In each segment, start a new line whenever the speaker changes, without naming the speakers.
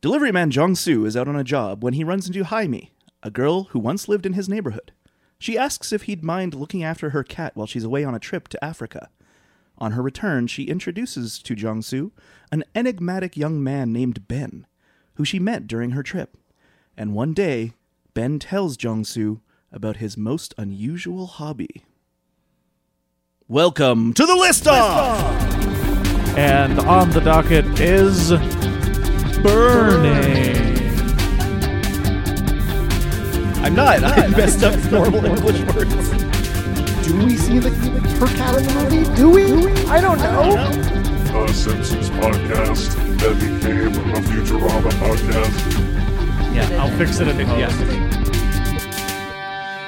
Delivery man Jong Soo is out on a job when he runs into Jaime, a girl who once lived in his neighborhood. She asks if he'd mind looking after her cat while she's away on a trip to Africa. On her return, she introduces to Jong Soo an enigmatic young man named Ben, who she met during her trip. And one day, Ben tells Jong Soo about his most unusual hobby. Welcome to the list off!
And on the docket is burning.
I'm not. I messed up normal English words.
Do we see the, her cat in the movie? Do we? I don't know.
a Simpsons podcast that became a Futurama podcast.
Yeah, I'll fix it in post. Oh,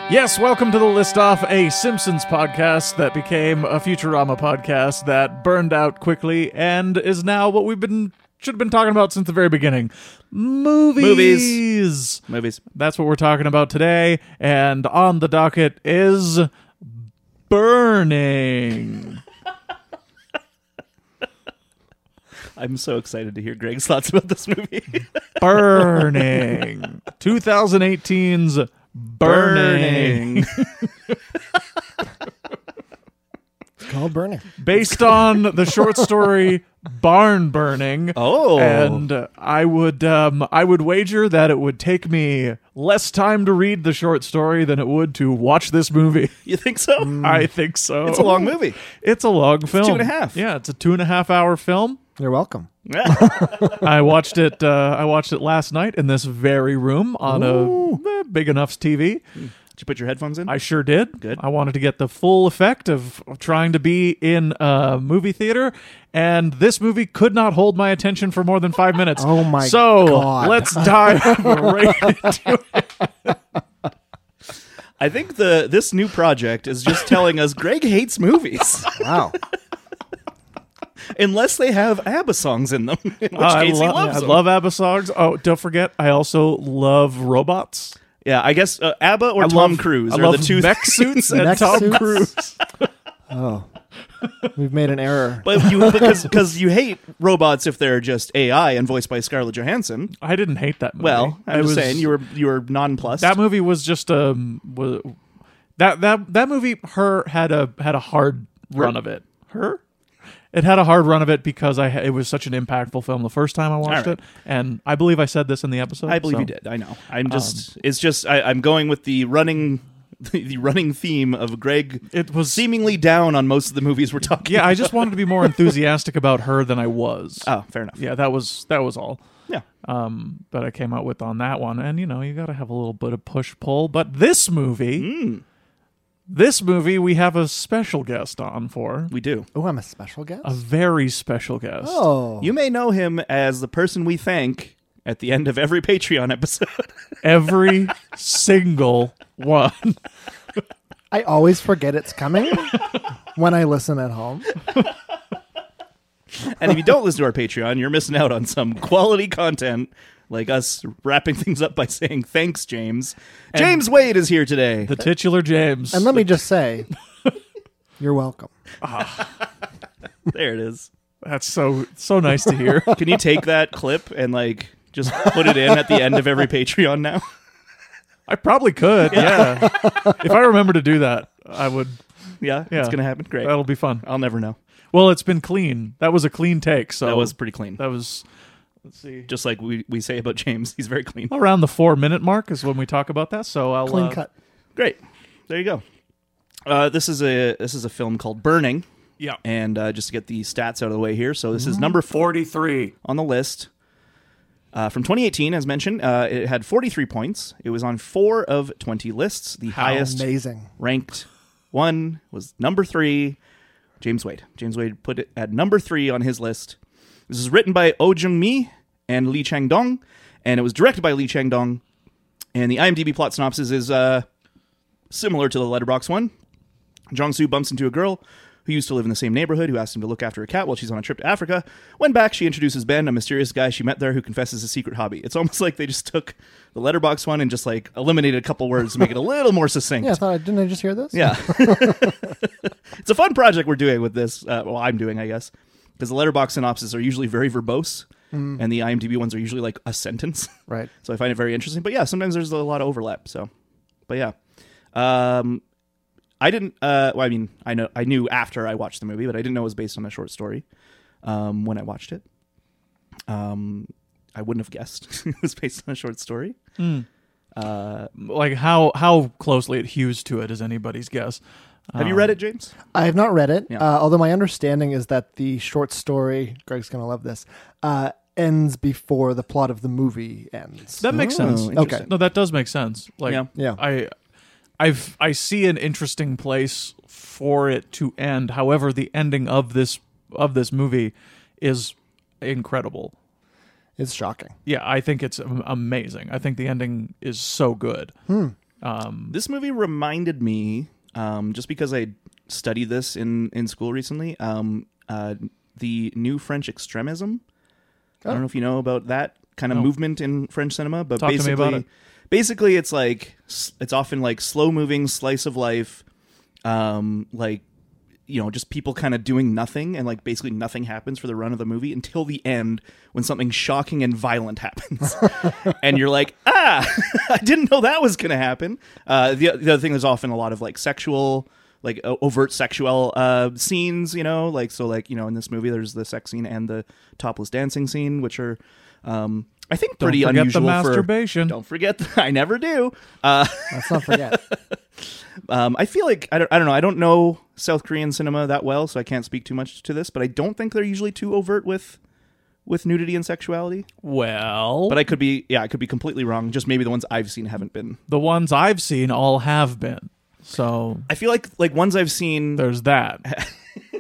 Yes, welcome to the list off a Simpsons podcast that became a Futurama podcast that burned out quickly and is now what we've been should have been talking about since the very beginning. Movies. Movies.
Movies.
That's what we're talking about today. And on the docket is burning.
I'm so excited to hear Greg's thoughts about this movie.
Burning. 2018's burning.
It's called Burning.
based on the short story Barn Burning.
Oh.
and uh, I would um, I would wager that it would take me less time to read the short story than it would to watch this movie.
you think so?
I think so.
It's a long movie.
It's a long film.
two and a half.
Yeah, it's a two and a half hour film.
You're welcome.
I watched it. Uh, I watched it last night in this very room on a eh, big enough's TV.
Did you put your headphones in?
I sure did.
Good.
I wanted to get the full effect of trying to be in a movie theater, and this movie could not hold my attention for more than five minutes.
Oh my
so,
God.
let's dive right into it.
I think the this new project is just telling us Greg hates movies
Wow.
unless they have ABBA songs in them, in which
Uh, I,
case he
lo-
loves
I
them.
love ABBA songs. Oh, don't forget, I also love robots.
yeah, I guess uh, ABBA or
I
Tom
love-
Cruise
I
are
love
the two
mech suits and
Mech
Tom
suits.
Cruise.
We've made an error.
But you because because you hate robots if they're just AI and voiced by Scarlett Johansson.
I didn't hate that movie.
Well,
I
I'm just
was-
saying you were you were nonplussed.
that movie was just um was, that that that movie her had a had a hard run of it her it had a hard run of it because I ha- it was such an impactful film the first time I watched
right.
it and I believe I said this in the episode
I believe
so-
you did. I know. I'm just. it's just. I, I'm going with the running, the, running theme of Greg.
It was-
seemingly down on most of the movies we're talking.
yeah I just wanted to be more enthusiastic about her than I was
Oh, fair enough.
yeah that was that was all
Yeah.
um that I came out with on that one and you know you got to have a little bit of push pull but this movie
Hmm.
this movie we have a special guest on for
We do.
Oh, I'm a special guest.
a very special guest
Oh,
Uh, You may know him as the person we thank at the end of every Patreon episode.
every single one.
I always forget it's coming when I listen at home.
and if you don't listen to our Patreon, you're missing out on some quality content. Like us wrapping things up by saying thanks, James. James Wade is here today.
The titular James.
And let me just say, you're welcome.
there it is.
That's so so nice to hear.
Can you take that clip and like just put it in at the end of every Patreon now?
I probably could. Yeah. if I remember to do that, I would.
Yeah,
Yeah.
it's gonna happen. Great.
That'll be fun.
I'll never know.
Well, it's been clean. That was a clean take. So
That was pretty clean.
that was. Let's see.
Just like we, we say about James, he's very clean.
Around the four minute mark is when we talk about that. So I'll
Clean
uh,
cut.
Great. There you go. Uh, this is a this is a film called Burning,
Yeah.
and uh, just to get the stats out of the way here, so this is number four
43.
on the list. Uh, from 2018, as mentioned, uh, it had 43 points. It was on four of 20 lists. The highest
Amazing.
ranked one was number three, James Wade. James Wade put it at number three on his list. This is written by Oh Jung Mi and Lee Chang Dong, and it was directed by Lee Chang Dong. And the IMDb plot synopsis is uh, similar to the Letterbox one. Jong Soo bumps into a girl who used to live in the same neighborhood who asks him to look after a cat while she's on a trip to Africa. When back, she introduces Ben, a mysterious guy she met there who confesses a secret hobby. It's almost like they just took the Letterbox one and just like eliminated a couple words to make it a little more succinct.
Yeah, I thought I didn't I just hear this?
Yeah. it's a fun project we're doing with this. Uh, well, I'm doing, I guess, because the letterbox synopses are usually very verbose. and the IMDb ones are usually like a sentence.
Right.
So I find it very interesting. But yeah, sometimes there's a lot of overlap. So, but yeah, um, I didn't. Uh, well, I mean, I know I knew after I watched the movie, but I didn't know it was based on a short story. Um, when I watched it, um, I wouldn't have guessed it was based on a short story.
Like how how closely it hews to it is anybody's guess.
Have you read it, James?
I have not read it,
Yeah.
uh, although my understanding is that the short story, Greg's going to love this, uh, ends before the plot of the movie ends.
That makes sense.
Oh, interesting.
No, that does make sense. Like
Yeah.
Yeah.
I I've I see an interesting place for it to end. However, the ending of this of this movie is incredible.
it's shocking.
Yeah, I think it's am- amazing. I think the ending is so good.
Hmm.
Um,
This movie reminded me, um, just because I studied this in in school recently, um, uh, the new French extremism. I don't know if you know about that kind of movement in French cinema, but
Oh. Talk to me
basically,
about
basically, it's like s- it's often like slow moving slice of life, um, like you know, just people kind of doing nothing, and like basically nothing happens for the run of the movie until the end when something shocking and violent happens, and you're like, ah, I didn't know that was going to happen. Uh, the the other thing is often a lot of like sexual. Like o- overt sexual uh, scenes, you know, like so, like you know, in this movie, there's the sex scene and the topless dancing scene, which are, um, I think, pretty
forget the
unusual for
masturbation.
Don't forget, the, I never do. Uh,
Let's not forget.
um, I feel like I don't, I don't know. I don't know South Korean cinema that well, so I can't speak too much to this. But I don't think they're usually too overt with with nudity and sexuality.
Well,
But I could be, yeah, I could be completely wrong. Just maybe the ones I've seen haven't been.
the ones I've seen all have been. So
I feel like like ones I've seen.
there's that.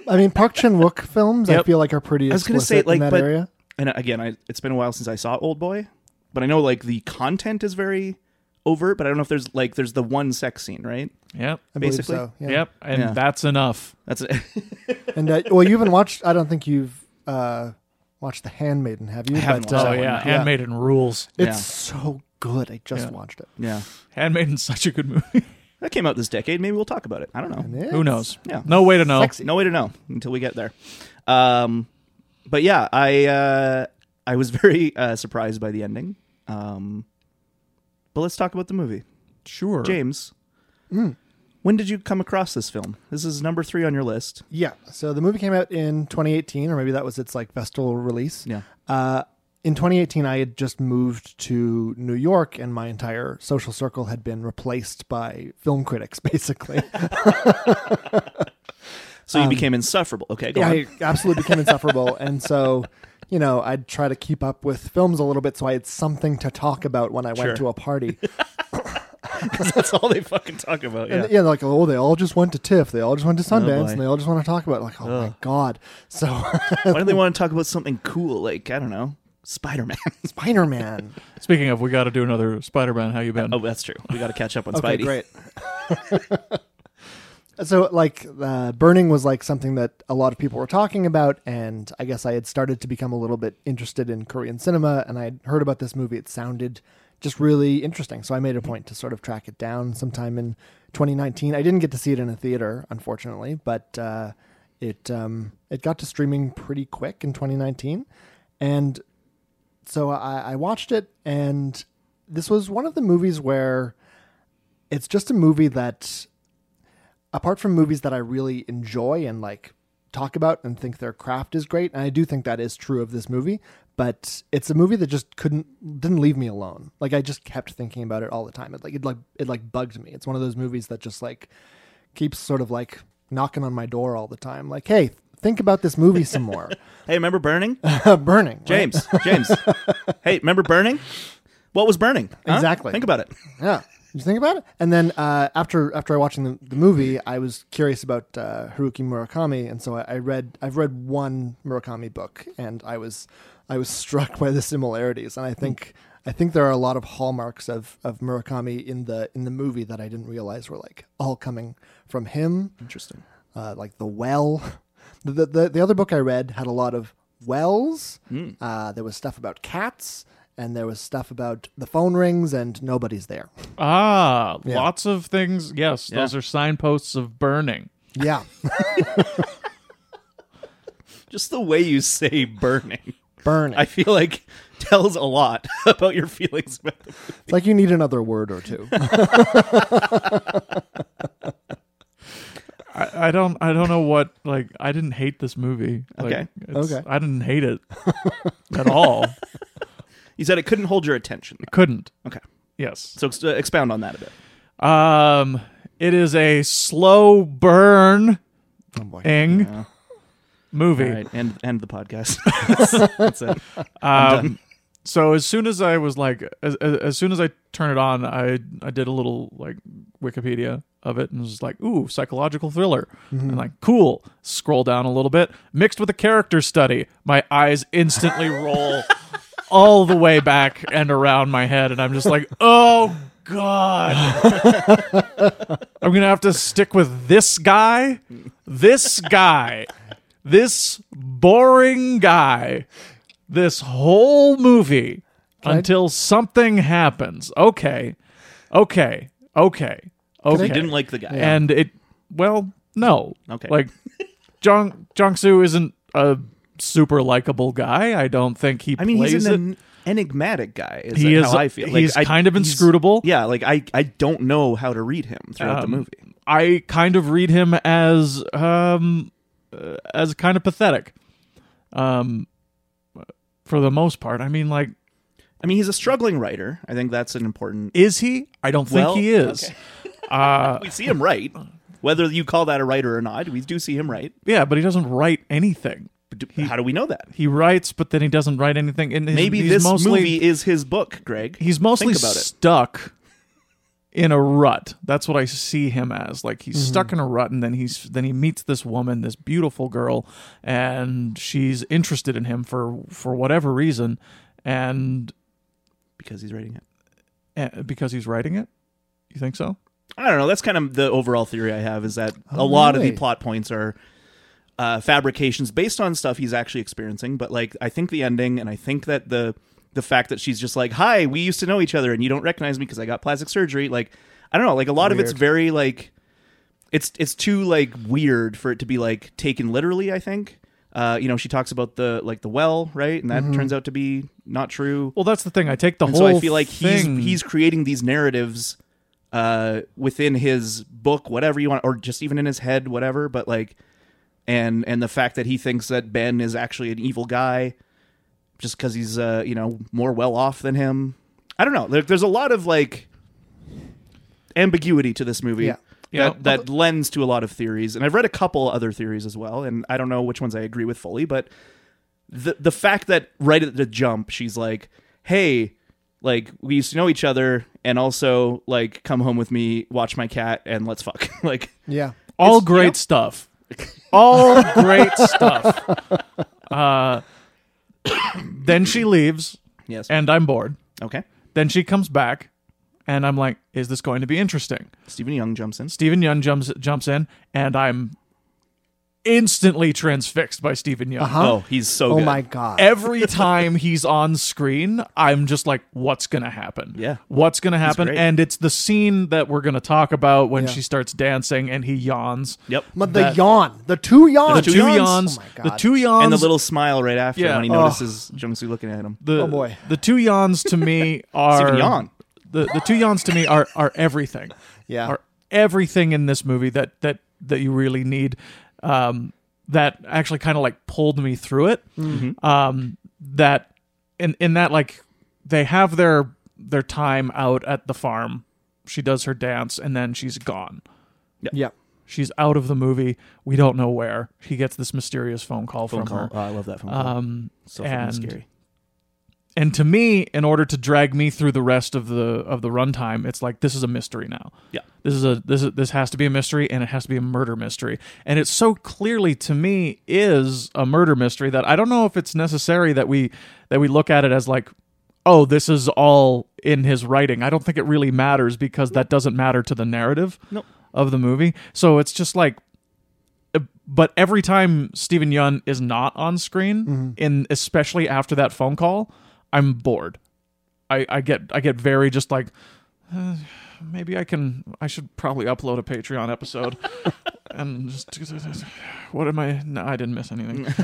I mean, Park Chan Wook films, I
Yep.
feel like, are pretty
I was
explicit
gonna say like,
in that
but
area.
and again, I, it's been a while since I saw Old Boy, but I know like the content is very overt. But I don't know if there's like there's the one sex scene, right?
Yep.
I believe
basically.
so. Yeah.
Yep, and
Yeah.
that's enough.
That's
And uh, well, you haven't watched. I don't think you've uh, watched The Handmaiden, have you?
I haven't
But, uh,
watched
Oh
that one.
yeah, Handmaiden rules.
It's
Yeah.
so good. I just
Yeah.
watched it.
yeah.
Handmaiden's such a good movie.
That came out this decade. Maybe we'll talk about it. I don't know.
And
Who
it's-
knows?
yeah.
No way to know.
Sexy.
No way to know until we get there. Um, but yeah, I uh, I was very uh, surprised by the ending. Um, but let's talk about the movie,
Sure.
James.
Mm.
When did you come across this film? This is number three on your list.
Yeah. So the movie came out in 2018, or maybe that was its like festival release.
Yeah.
Uh, in 2018, I had just moved to New York, and my entire social circle had been replaced by film critics, basically.
So you became insufferable. Okay, go
yeah,
on.
I absolutely became insufferable. And so, you know, I'd try to keep up with films a little bit so I had something to talk about when I
Sure.
went to a party.
'Cause that's all they fucking talk about. Yeah. Oh,
And yeah, like, oh, they all just went to TIFF, they all just went to Sundance,
boy.
and they all just want to talk about, it. like, oh my God. So,
Why don't they want to talk about something cool? Like I don't know, Spider Man.
Spider Man.
Speaking of, we got to do another Spider-Man. How you been?
oh, that's true. We got to catch up on
Okay,
Spidey.
great. so, like, uh, burning was like something that a lot of people were talking about, and I guess I had started to become a little bit interested in Korean cinema, and I had heard about this movie. It sounded just really interesting, so I made a point to sort of track it down sometime in 2019. I didn't get to see it in a theater, unfortunately, but uh, it um, it got to streaming pretty quick in 2019, and so I, I watched it, and this was one of the movies where it's just a movie that apart from movies that I really enjoy and like talk about and think their craft is great, and I do think that is true of this movie, but it's a movie that just couldn't didn't leave me alone. Like I just kept thinking about it all the time. It like it like it like bugged me. It's one of those movies that just like keeps sort of like knocking on my door all the time. Like, hey, think about this movie some more.
Hey, remember Burning?
Burning. right?
James. James. hey, remember Burning? What was Burning? Huh?
Exactly.
Think about it.
Yeah. Did you think about it? And then uh, after after watching the, the movie, I was curious about uh, Haruki Murakami, and so I, I read I've read one Murakami book, and I was I was struck by the similarities, and I think I think there are a lot of hallmarks of, of Murakami in the in the movie that I didn't realize were like all coming from him
Interesting.
uh, like the well. The, the the other book I read had a lot of wells. Uh, there was stuff about cats, and there was stuff about the phone rings, and nobody's there.
Ah,
Yeah.
lots of things. Yes, those
Yeah.
are signposts of burning.
Yeah,
Just the way you say burning.
Burning.
I feel like tells a lot about your feelings about the
It's like you need another word or two. Oh,
I, I don't I don't know what like I didn't hate this movie. Like,
Okay.
it's-
Okay.
I didn't hate it at all.
You said it couldn't hold your attention.
Couldn't.
Okay.
Yes.
So uh, expound on that a bit.
Um it is a slow burn
Oh boy.
ing
Yeah.
movie.
All right. End, end the podcast. That's- that's it.
Um, so as soon as I was like, as, as, as soon as I turn it on, I I did a little like Wikipedia of it and was like, ooh, psychological thriller, and like cool. Scroll down a little bit, mixed with a character study. My eyes instantly roll all the way back and around my head, and I'm just like, oh god, I'm gonna have to stick with this guy, this guy. This boring guy this whole movie
I-
until something happens. Okay. Okay. Okay. Okay.
You didn't like the guy.
and it well, no.
Okay.
Like Jong Jong-soo isn't a super likable guy. I don't think he
I mean,
plays
he's
it.
an enigmatic guy. Is
He is-
how I feel. Like,
he's
I-
kind of
he's-
inscrutable.
Yeah, like I, I don't know how to read him throughout the
Um,
movie.
I kind of read him as um uh, as kind of pathetic. Um for the most part. I mean like
I mean, he's a struggling writer. I think that's an important.
is he? I don't think
Well,
he is.
okay.
Uh
We see him write, whether you call that a writer or not. We do see him write.
Yeah, but he doesn't write anything.
But do- how do we know that?
He writes, but then he doesn't write anything. And his-
Maybe
he's
this
mostly,
movie is his book, Greg.
he's mostly
Think about it.
stuck in a rut. That's what I see him as. Like he's
Mm-hmm.
stuck in a rut, and then he's then he meets this woman, this beautiful girl, and she's interested in him for for whatever reason, and
because he's writing it.
uh, because he's writing it. You think so?
I don't know. That's kind of the overall theory I have is that a lot of
really?
the plot points are uh, fabrications based on stuff he's actually experiencing. But like, I think the ending, and I think that the the fact that she's just like, "Hi, we used to know each other, and you don't recognize me because I got plastic surgery." Like, I don't know. Like a lot of it's
Weird.
very like, it's it's too like weird for it to be like taken literally. I think. Uh, you know, she talks about the like the well, right? And that turns out to be not true.
Well, that's the thing. I take the
And
whole.
so I feel like
thing-
he's he's creating these narratives uh, within his book, whatever you want, or just even in his head, whatever. But like, and and the fact that he thinks that Ben is actually an evil guy just because he's uh, you know more well off than him. I don't know. There, there's a lot of like ambiguity to this movie.
Yeah.
Yeah.
That, that lends to a lot of theories, and I've read a couple other theories as well, and I don't know which ones I agree with fully, but the the fact that right at the jump she's like, "Hey, like we used to know each other, and also like come home with me, watch my cat, and let's fuck." like,
Yeah.
all
It's-
great
yep.
stuff all great stuff uh, then she leaves
yes,
and i'm bored
okay.
then she comes back and i'm like is this going to be interesting
Stephen Young jumps in.
stephen young jumps jumps in and i'm instantly transfixed by stephen young
Oh, he's so.
Oh
good.
my god.
every time he's on screen, I'm just like, what's going to happen?
Yeah.
What's going to happen?
great.
And it's the scene that we're going to talk about when
Yeah.
she starts dancing and he yawns.
Yep.
but the
that-
yawn, the two yawns,
The two yawns,
Oh my
the
God.
two yawns,
And the little smile right after
Yeah.
when he
Oh.
notices Jung Soo looking at him.
the
Oh, boy.
the two yawns to me
It's
are
even yawn.
the the two yawns to me are are everything
Yeah.
are everything in this movie that that that you really need um that actually kind of like pulled me through it
Mm-hmm.
um that in in that like they have their their time out at the farm she does her dance and then she's gone
Yeah.
she's out of the movie we don't know where he gets this mysterious phone call
Phone
from
call.
her
Oh, I love that phone call.
Uh-huh. um
so fucking
and-
scary.
and to me in order to drag me through the rest of the of the runtime it's like this is a mystery now
Yeah.
this is a this is, this has to be a mystery and it has to be a murder mystery and it so clearly to me is a murder mystery that i don't know if it's necessary that we that we look at it as like oh this is all in his writing i don't think it really matters because that doesn't matter to the narrative
Nope.
of the movie so it's just like but every time Stephen Yun is not on screen,
Mm-hmm.
in especially after that phone call, I'm bored. I, I get I get very just like uh, maybe I can I should probably upload a Patreon episode and just what am I no I didn't miss anything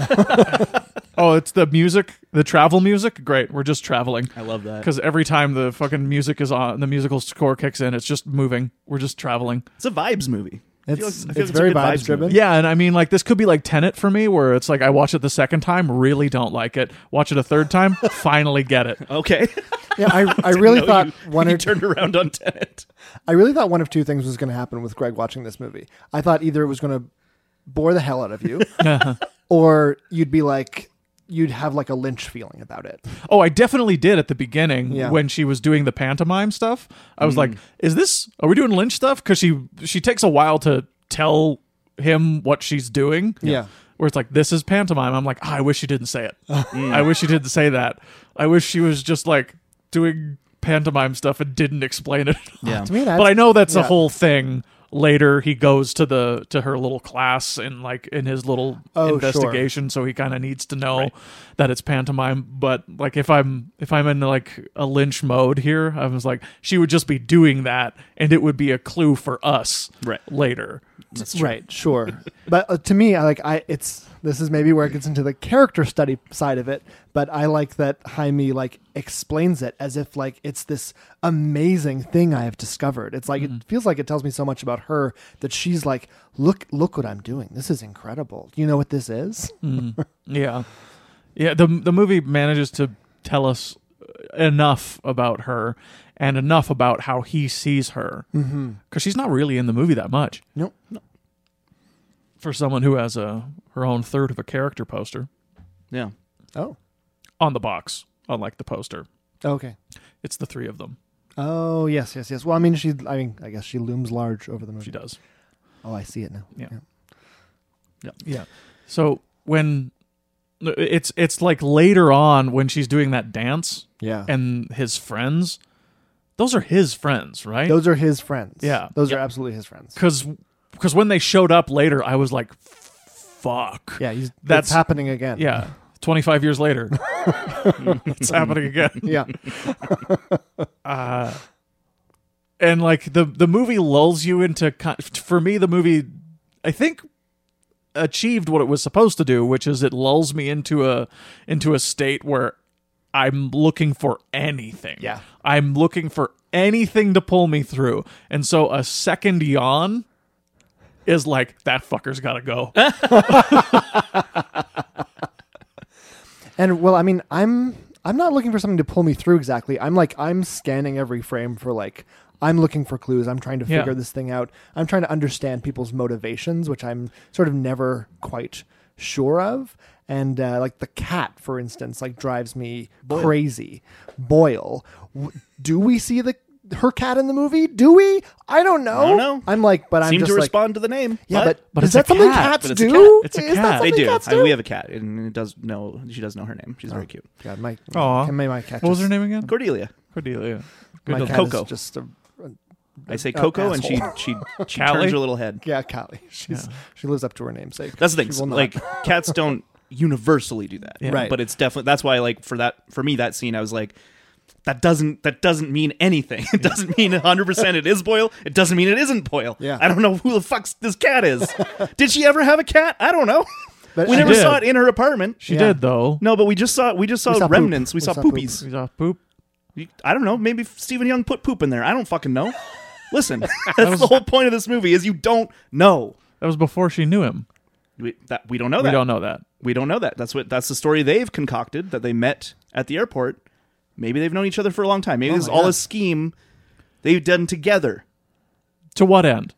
oh, it's the music, the travel music. Great, we're just traveling.
I love that.
because every time the fucking music is on, the musical score kicks in. It's just moving. We're just traveling.
It's a vibes movie. I feel
It's-
I feel
it's
a
very
good
vibes
movie.
driven.
Yeah, and I mean, like this could be like Tenet for me, where it's like I watch it the second time, really don't like it. Watch it a third time, finally get it.
Okay.
Yeah, I, I really
No,
thought
you,
one
you
or
turned around on Tenet.
I really thought one of two things was going to happen with Greg watching this movie. I thought either it was going to bore the hell out of you,
Uh-huh.
or you'd be like, you'd have like a Lynch feeling about it.
Oh, I definitely did at the beginning
Yeah. Mm.
when she was doing the pantomime stuff. I was like, "Is this? Are we doing Lynch stuff?" Because she she takes a while to tell him what she's doing.
Yeah.
Where it's like, "This is pantomime." I'm like, "Ah, "I wish she didn't say it.
Mm.
I wish she didn't say that. I wish she was just like doing pantomime stuff and didn't explain it."
Yeah.
To me, that's,
but I know that's a
yeah.
whole thing. Later, he goes to the to her little class and like in his little
Oh, sure.
investigation, so he kind of needs to know that it's pantomime. But like, if I'm if I'm in like a Lynch mode here, I was like, she would just be doing that, and it would be a clue for us
Right.
later.
right, sure. but uh, to me, I like I it's this is maybe where it gets into the character study side of it. But I like that Jaime like explains it as if like it's this amazing thing I have discovered. It's like
Mm-hmm.
it feels like it tells me so much about her that she's like, look, look what I'm doing. This is incredible. Do you know what this is?
Mm. Yeah, yeah. the The movie manages to tell us enough about her and enough about how he sees her because she's not really in the movie that much.
Mm-hmm. Nope.
for someone who has a her own third of a character poster
Yeah.
Oh.
on the box, unlike the poster.
Okay.
It's the three of them.
Oh yes, yes, yes. Well, I mean, she. I mean, I guess she looms large over the movie.
She does.
Oh, I see it now.
Yeah.
Yeah.
Yeah. So when it's it's like later on when she's doing that dance
Yeah.
and his friends, those are his friends, right?
those are his friends.
Yeah.
Those are absolutely his friends.
Because because when they showed up later, I was like, fuck.
Yeah. He's,
That's-
that's happening again.
Yeah. Twenty five years later, it's happening again.
Yeah.
uh, and like the the movie lulls you into con- for me the movie I think achieved what it was supposed to do which is it lulls me into a into a state where I'm looking for anything
Yeah.
I'm looking for anything to pull me through and so a second yawn is like that fucker's got to go
And well, I mean, I'm I'm not looking for something to pull me through exactly. I'm like I'm scanning every frame for like I'm looking for clues. I'm trying to
Yeah.
figure this thing out. I'm trying to understand people's motivations, which I'm sort of never quite sure of. And uh, like the cat, for instance, like drives me crazy. Boyle, W- do we see the her cat in the movie? Do we? I don't know. I
don't know.
am like, but I'm
Seem
just
to
like,
respond to the name.
yeah, but,
but it's
is
a
that something
cat.
cats
But it's a
do?
cat.
It's a
Is that
cat.
they
something
do.
Cats
I-
do? Oh.
we have a cat, and it does know she does know her name. She's very cute.
God, my,
Aw.
my, my cat
what was her
just-
name again
Cordelia.
Cordelia
My
Good
cat
old-
Coco.
is just a
I say
Oh,
Coco, and she
asshole.
she she
Callie?
turns her little head.
yeah, Callie. She's she lives up to her namesake.
That's the
She
thing.
will not-
Like cats don't universally do that,
Yeah.
Right.
But it's definitely that's why. Like for that, for me, that scene, I was like, that doesn't that doesn't mean anything. It doesn't mean 100 percent it is Boyle. It doesn't mean it isn't Boyle.
Yeah.
I don't know who the fuck's this cat is. did she ever have a cat? I don't know.
But
we
she
never
did.
saw it in her apartment.
she
Yeah.
did though
No, but we just saw we just saw,
We saw poop.
remnants. We,
We
saw,
saw poop.
poopies.
she's off poop
I don't know. Maybe Stephen Young put poop in there. I don't fucking know. Listen, that's the whole point of this movie is you don't know.
that was before she knew him
We, that we don't know
we
that.
don't know that
We don't know that. That's what that's the story they've concocted that they met at the airport. Maybe they've known each other for a long time. Maybe this is
Oh my
all
God.
a scheme they've done together.
to what end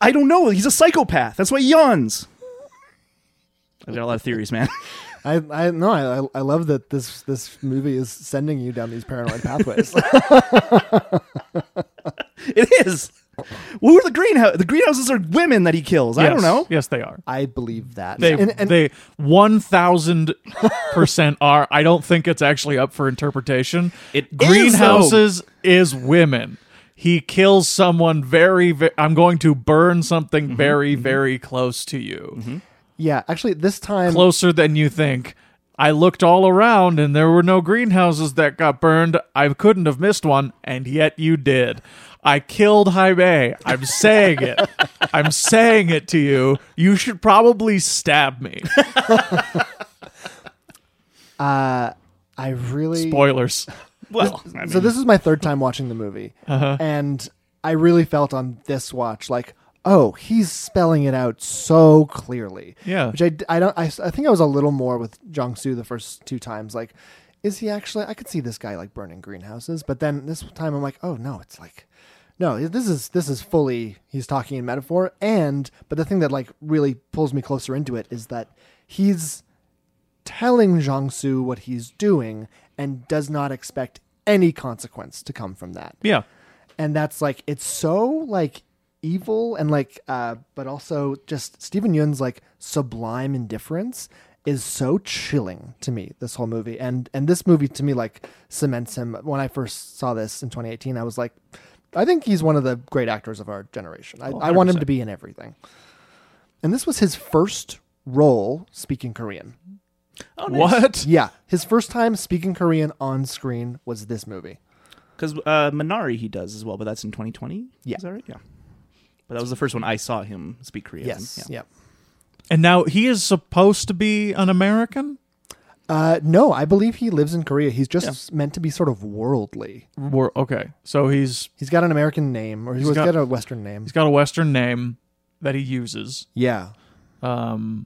I don't know. He's a psychopath. That's why he yawns. I've got a lot of theories, man.
I I no, I I- I love that this this movie is sending you down these paranoid pathways.
it is. Who are the greenhouse? The greenhouses are women that he kills. I
Yes.
don't know.
yes they are
I believe that.
They
and, and
they one thousand percent are. I don't think it's actually up for interpretation.
It is,
greenhouses is, women. He kills someone very. ve I'm going to burn something very very close to you,
yeah, actually this time
closer than you think. I looked all around and there were no greenhouses that got burned. I couldn't have missed one, and yet you did. I killed Jaime. I'm saying it. I'm saying it to you. You should probably stab me.
Uh, I really
Spoilers.
Well, I
so
mean,
this is my third time watching the movie, and I really felt on this watch like, oh, he's spelling it out so clearly.
Yeah.
which I, d- I don't I, s- I think I was a little more with Jong Soo the first two times. Like, is he actually? I could see this guy like burning greenhouses, but then this time I'm like, oh no, it's like. No, this is this is fully he's talking in metaphor and but the thing that like really pulls me closer into it is that he's telling Jiangsu what he's doing and does not expect any consequence to come from that.
Yeah.
And that's like it's so like evil and like uh but also just Stephen Yun's like sublime indifference is so chilling to me this whole movie and and this movie to me like cements him when I first saw this in 2018 I was like I think he's one of the great actors of our generation. I, I want him to be in everything. And this was his first role speaking Korean.
oh,
What?
Yeah, his first time speaking Korean on screen was this movie.
Because uh, Minari he does as well, but that's in 2020.
Yeah.
is that right? Yeah. But that was the first one I saw him speak Korean.
Yes.
Yeah.
Yep.
And now he is supposed to be an American?
Uh, no, I believe he lives in Korea. He's just meant to be sort of worldly.
We're, okay. So he's
He's got an American name, or he's
got-
got, a Western name.
he's got a Western name that he uses.
Yeah,
Um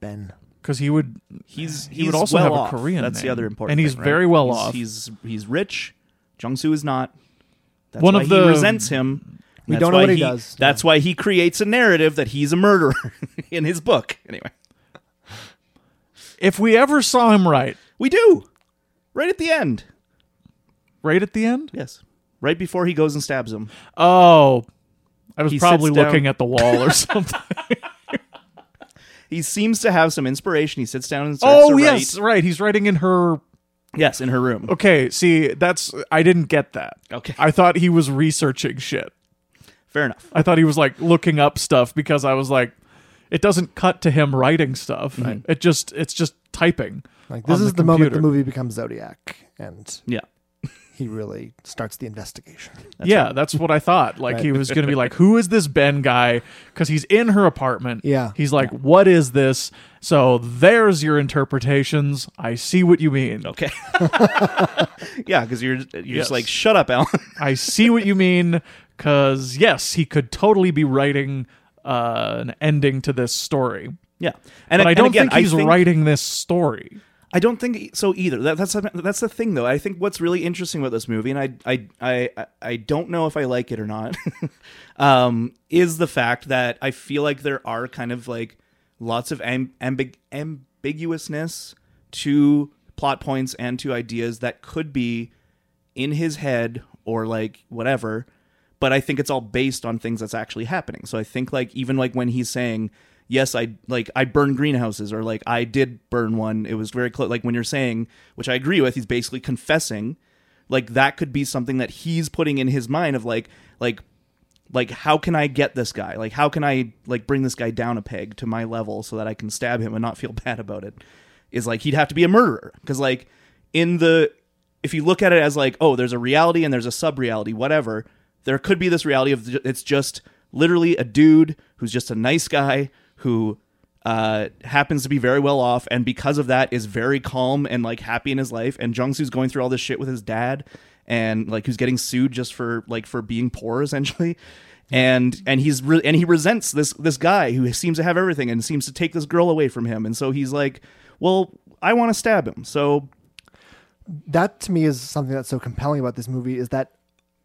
Ben.
because he would
He's
He
he's
would also
well
have a
off.
Korean
That's the
name.
other important.
And he's
thing, right?
very well
He's-
off.
He's he's rich. Jungsu is not. That's
One
why
of the-
he resents him.
We
That's
don't know
why
what he does.
That's why he creates a narrative that he's a murderer in his book. Anyway,
If we ever saw him right,
we do right at the end.
right at the end?
Yes, right before he goes and stabs him.
Oh. I was
He
probably
sits down.
looking at the wall or something.
He seems to have some inspiration. He sits down and starts
oh
to
yes, right. He's writing in her
write. Yes, in her room.
Okay, see, that's I didn't get that.
Okay.
I thought he was researching shit.
Fair enough.
I thought he was like looking up stuff because I was like, it doesn't cut to him writing stuff.
Mm-hmm.
It just it's just typing.
Like this
on
is the, moment the
computer.
movie becomes Zodiac, and
Yeah.
he really starts the investigation.
yeah, that's what I thought. Like he was gonna be like, who is this Ben guy? Because he's in her apartment.
Yeah.
he's like, what is this? So there's your interpretations. I see what you mean.
Okay. yeah, because you're you're
Yes.
just like, shut up, Alan.
I see what you mean. Because yes, he could totally be writing uh, an ending to this story,
yeah, and,
but I
and
don't
again,
think he's
I think,
writing this story.
I don't think so either. That, that's that's the thing, though. I think what's really interesting about this movie, and I I I I don't know if I like it or not, um, is the fact that I feel like there are kind of like lots of am- ambig- ambiguousness to plot points and to ideas that could be in his head or like whatever but i think it's all based on things that's actually happening so i think like even like when he's saying yes i like i burn greenhouses or like i did burn one it was very close like when you're saying which i agree with he's basically confessing like that could be something that he's putting in his mind of like like like how can i get this guy like how can i like bring this guy down a peg to my level so that i can stab him and not feel bad about it is like he'd have to be a murderer because like in the if you look at it as like oh there's a reality and there's a sub reality whatever there could be this reality of ju- it's just literally a dude who's just a nice guy who uh, happens to be very well off and because of that is very calm and like happy in his life and Jungsu's going through all this shit with his dad and like who's getting sued just for like for being poor essentially and and he's re- and he resents this this guy who seems to have everything and seems to take this girl away from him and so he's like well I want to stab him so
that to me is something that's so compelling about this movie is that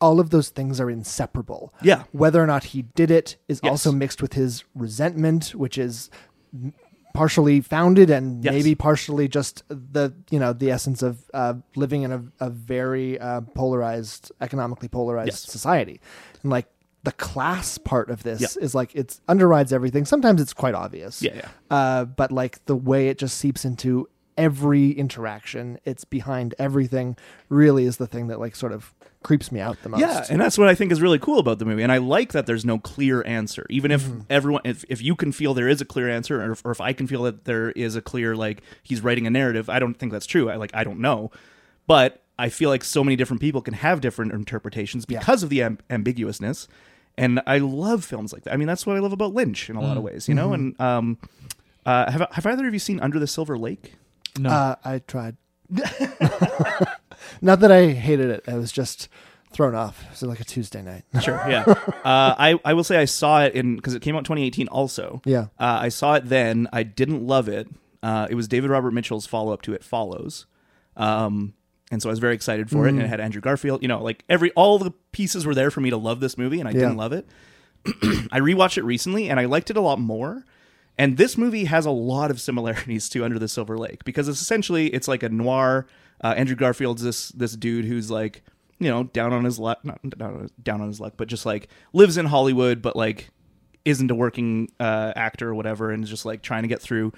all of those things are inseparable.
Yeah.
Whether or not he did it is
Yes.
also mixed with his resentment, which is m- partially founded and
Yes.
maybe partially just the you know the essence of uh, living in a, a very uh, polarized, economically polarized
Yes.
society, and like the class part of this
Yeah.
is like it's underrides everything. Sometimes it's quite obvious
Yeah, yeah.
uh, but like the way it just seeps into every interaction, it's behind everything. Really, is the thing that like sort of creeps me out the most.
Yeah, and that's what I think is really cool about the movie. And I like that there's no clear answer. Even if everyone, if, if you can feel there is a clear answer, or if, or if I can feel that there is a clear, like he's writing a narrative, I don't think that's true. I like, I don't know, but I feel like so many different people can have different interpretations because of the am- ambiguousness. And I love films like that. I mean, that's what I love about Lynch in a lot of ways, you know. And um, uh, have have either of you seen Under the Silver Lake?
No.
Uh, I tried. Not that I hated it. I was just thrown off. It was like a Tuesday night.
Sure. Yeah. uh, I I will say I saw it in because it came out 2018 also.
Yeah.
Uh, I saw it then. I didn't love it. Uh, it was David Robert Mitchell's follow up to It Follows, um, and so I was very excited for it. And it had Andrew Garfield. You know, like every all the pieces were there for me to love this movie, and I didn't love it. I rewatched it recently, and I liked it a lot more. And this movie has a lot of similarities to Under the Silver Lake because it's essentially it's like a noir. Uh, Andrew Garfield's this this dude who's like you know down on his luck, not down on his, down on his luck, but just like lives in Hollywood, but like isn't a working uh, actor or whatever, and is just like trying to get through.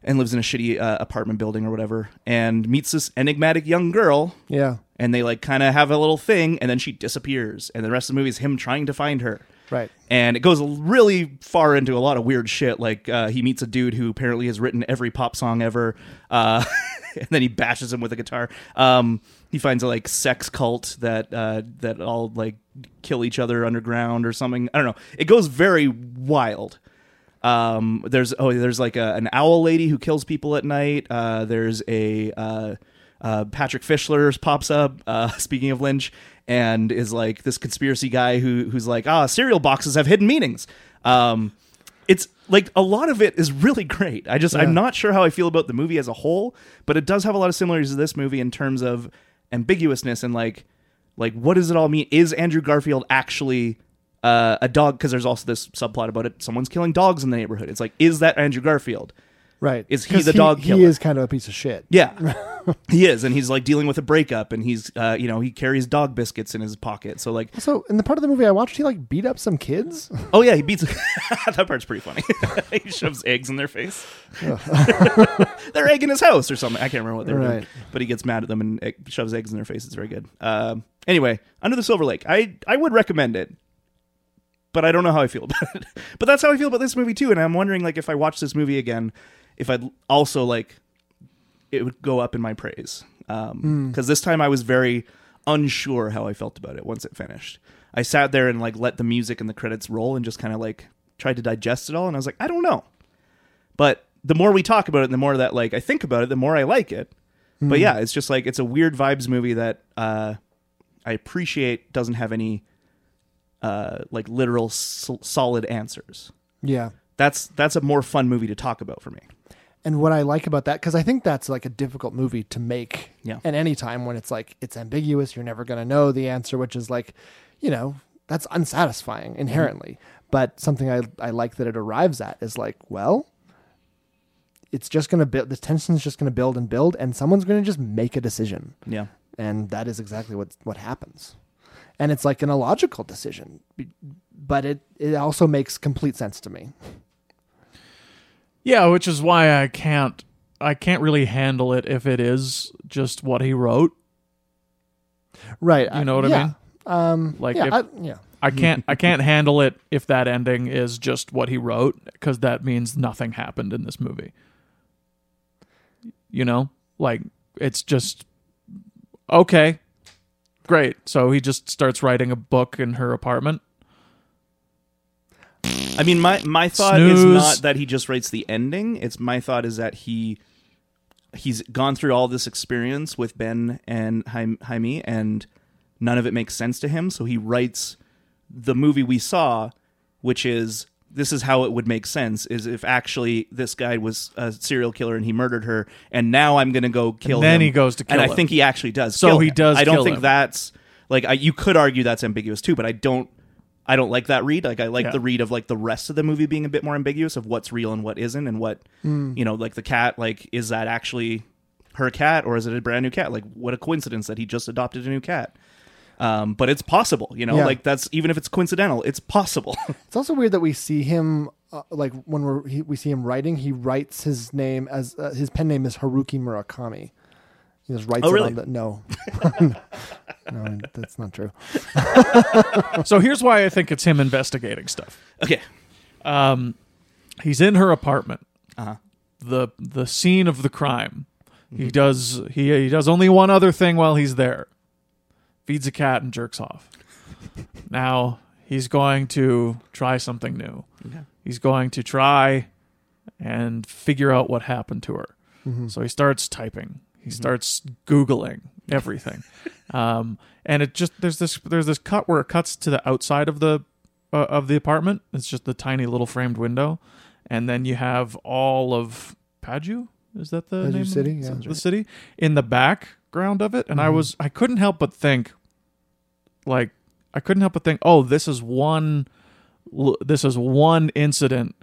And lives in a shitty uh, apartment building or whatever, and meets this enigmatic young girl
Yeah.
and they like kind of have a little thing and then she disappears and the rest of the movie is him trying to find her
Right.
and it goes really far into a lot of weird shit like uh, he meets a dude who apparently has written every pop song ever uh, and then he bashes him with a guitar um, he finds a like sex cult that uh, that all like kill each other underground or something i don't know it goes very wild um, there's oh, there's like a, an owl lady who kills people at night. Uh, there's a uh, uh, Patrick Fischler pops up. Uh, speaking of Lynch, and is like this conspiracy guy who who's like ah cereal boxes have hidden meanings. Um, it's like a lot of it is really great. I just I'm not sure how I feel about the movie as a whole, but it does have a lot of similarities to this movie in terms of ambiguousness and like like what does it all mean? Is Andrew Garfield actually uh, a dog? Because there's also this subplot about it. Someone's killing dogs in the neighborhood. It's like is that Andrew Garfield?
Right.
Is he
'Cause
the dog
He
killer?
is kind of a piece of shit.
Yeah, he is, and he's like dealing with a breakup, and he's uh, you know he carries dog biscuits in his pocket. So like
So in the part of the movie I watched, he like beat up some kids.
Oh yeah, he beats. that part's pretty funny. he shoves eggs in their face. They're egg in his house or something. I can't remember what they were doing,
Right.
but he gets mad at them and egg- shoves eggs in their face. It's very good. Um, anyway, Under the Silver Lake. I I would recommend it, but I don't know how I feel about it. But that's how I feel about this movie too. And I'm wondering like if I watch this movie again, if I'd also like it would go up in my praise because this time I was very unsure how I felt about it once it finished. I sat there and like let the music and the credits roll and just kind of like tried to digest it all, and I was like, I don't know. But the more we talk about it, the more that like I think about it, the more I like it. But yeah, it's just like it's a weird vibes movie that uh, I appreciate doesn't have any uh, like literal s- solid answers.
yeah.
That's that's a more fun movie to talk about for me.
and what I like about that because I think that's like a difficult movie to make
Yeah.
at any time when it's like it's ambiguous, you're never going to know the answer, which is like, you know, that's unsatisfying inherently. But something I I like that it arrives at is like, well, it's just going to build the tension's just going to build and build and someone's going to just make a decision
Yeah.
and that is exactly what what happens and it's like an illogical decision b- but it it also makes complete sense to me
Yeah, which is why I can't I can't really handle it if it is just what he wrote.
right
You know what I
yeah.
mean?
um
Like
yeah,
if-
I- yeah
I can't I can't handle it if that ending is just what he wrote cuz that means nothing happened in this movie. You know? Like it's just okay. Great. So he just starts writing a book in her apartment.
I mean, my my thought is
Snooze.
not that he just writes the ending. It's my thought is that he he's gone through all this experience with Ben and Jaim- Jaime, and none of it makes sense to him. So he writes the movie we saw, which is this is how it would make sense is if actually this guy was a serial killer and he murdered her, and now I'm going to go kill.
And then
him.
he goes to
and
kill
I
him.
think he actually does.
So
kill
he
him.
does
I don't
kill
think
him.
that's like I, you could argue that's ambiguous too, but I don't. I don't like that read. Like I like
Yeah.
the read of like the rest of the movie being a bit more ambiguous of what's real and what isn't, and what
Hmm.
you know, like the cat. Like is that actually her cat or is it a brand new cat? Like what a coincidence that he just adopted a new cat. Um, but it's possible, you know,
Yeah.
like that's even if it's coincidental, it's possible.
It's also weird that we see him uh, like when we're, he, we see him writing, he writes his name as uh, his pen name is Haruki Murakami. He just writes
Oh,
it
really?
on the no. no, that's not true.
So here's why I think it's him investigating stuff.
okay,
um, he's in her apartment.
Uh-huh.
The the scene of the crime. He does he he does only one other thing while he's there. Feeds a cat and jerks off. now he's going to try something new.
Okay.
He's going to try and figure out what happened to her.
Mm-hmm.
So he starts typing. He starts googling everything, um, and it just there's this there's this cut where it cuts to the outside of the uh, of the apartment. It's just the tiny little framed window, and then you have all of Paju. Is that the
Paju
name of-
City, yeah. Mm-hmm.
The city in the background of it, and I was I couldn't help but think, like I couldn't help but think, oh, this is one, l- this is one incident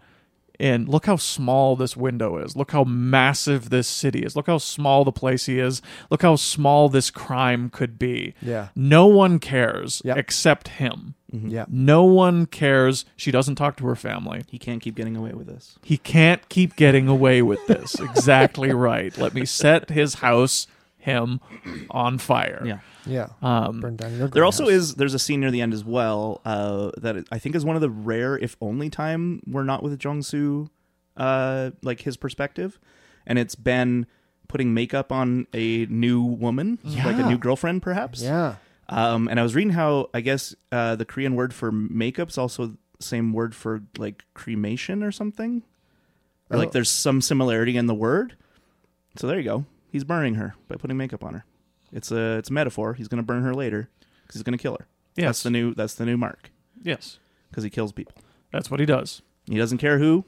and look how small this window is. Look how massive this city is. Look how small the place he is. Look how small this crime could be.
Yeah.
No one cares
Yep.
except him.
Mm-hmm.
Yeah.
No one cares. She doesn't talk to her family.
He can't keep getting away with this.
He can't keep getting away with this. exactly right. Let me set his house, him, on fire.
Yeah.
Yeah.
Um,
Burn down your
There also
greenhouse.
is there's a scene near the end as well uh, that I think is one of the rare, if only time we're not with Jong Soo, uh, like his perspective, and it's Ben putting makeup on a new woman, like a new girlfriend, perhaps.
Yeah.
Um, and I was reading how I guess uh, the Korean word for makeup is also the same word for like cremation or something, or like
Oh.
there's some similarity in the word. So there you go. He's burning her by putting makeup on her. It's a it's a metaphor. He's gonna burn her later because he's gonna kill her.
Yes.
That's the new that's the new mark
yes.
because he kills people.
That's what he does.
He doesn't care who.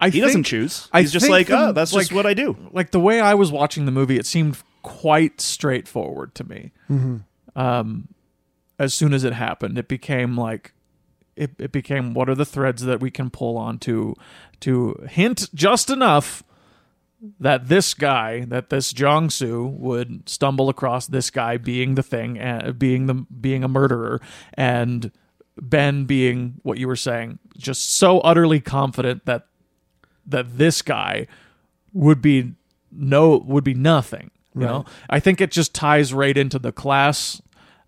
I
He
think-
doesn't choose.
I
He's just
think
like,
the-
oh, that's just
like-
what I do.
like the way I was watching the movie, it seemed quite straightforward to me. Um, as soon as it happened, it became like it, it became what are the threads that we can pull on to to hint just enough that this guy, that this Jong-Soo would stumble across this guy being the thing, uh, being the being a murderer, and Ben being what you were saying, just so utterly confident that that this guy would be no would be nothing. You know, I think it just ties right into the class,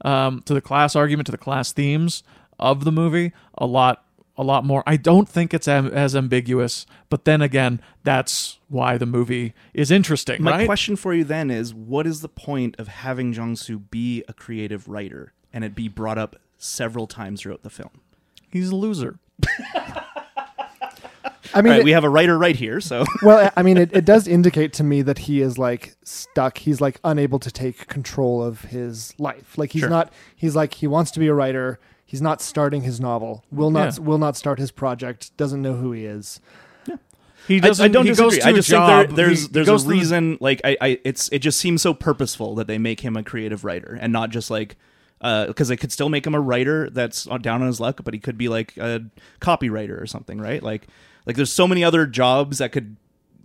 um, to the class argument, to the class themes of the movie a lot, a lot more. I don't think it's am- as ambiguous, but then again, that's why the movie is interesting,
My
right?
question for you then is what is the point of having Jong Soo be a creative writer and it be brought up several times throughout the film?
He's a loser.
I mean,
All right,
it-
we have a writer right here, so
well, I mean, it, it does indicate to me that he is like stuck. He's like unable to take control of his life. Like he's
Sure.
not. He's like he wants to be a writer. He's not starting his novel. Will not.
Yeah.
Will not start his project. Doesn't know who he is.
He
I,
doesn't.
I don't
he
disagree.
Goes to
I
a
just
job,
think there, there's
he- he
there's
goes
a
to the-
reason. Like I, I, it's it just seems so purposeful that they make him a creative writer and not just like because they could still make him a writer that's on- down on his luck, but he could be like a copywriter or something, right? Like like there's so many other jobs that could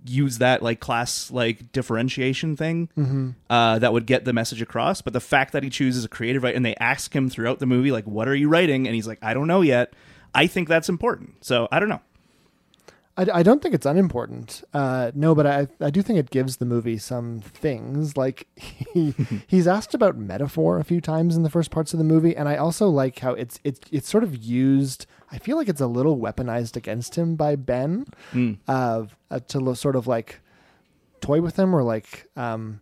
use that like class like differentiation thing
Mm-hmm.
uh, that would get the message across. But the fact that he chooses a creative writer and they ask him throughout the movie like, "What are you writing?" and he's like, "I don't know yet." I think that's important. So I don't know.
I, I don't think it's unimportant. Uh, no, but I, I do think it gives the movie some things. Like he he's asked about metaphor a few times in the first parts of the movie, and I also like how it's it's it's sort of used. I feel like it's a little weaponized against him by Ben, uh, uh, to lo- sort of like toy with him or like um,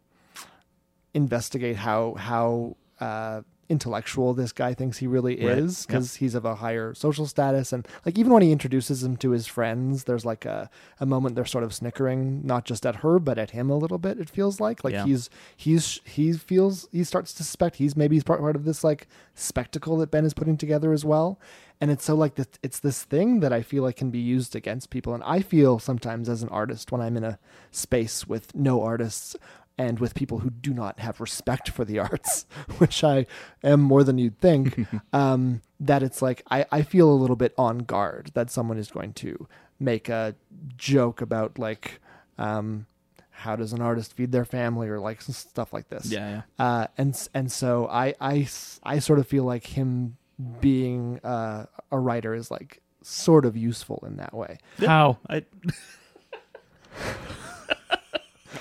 investigate how how uh, intellectual this guy thinks he really
Right.
is because he's of a higher social status and like even when he introduces him to his friends there's like a, a moment they're sort of snickering not just at her but at him a little bit it feels like like
Yeah.
he's he's he feels he starts to suspect he's maybe he's part, part of this like spectacle that ben is putting together as well and it's so like this, it's this thing that i feel like can be used against people and i feel sometimes as an artist when i'm in a space with no artists and with people who do not have respect for the arts, which I am more than you'd think, um, that it's like I, I feel a little bit on guard that someone is going to make a joke about like um, how does an artist feed their family or like s- stuff like this.
yeah.
Uh, and s- and so I, I s- I sort of feel like him being uh, a writer is like sort of useful in that way.
How?
I.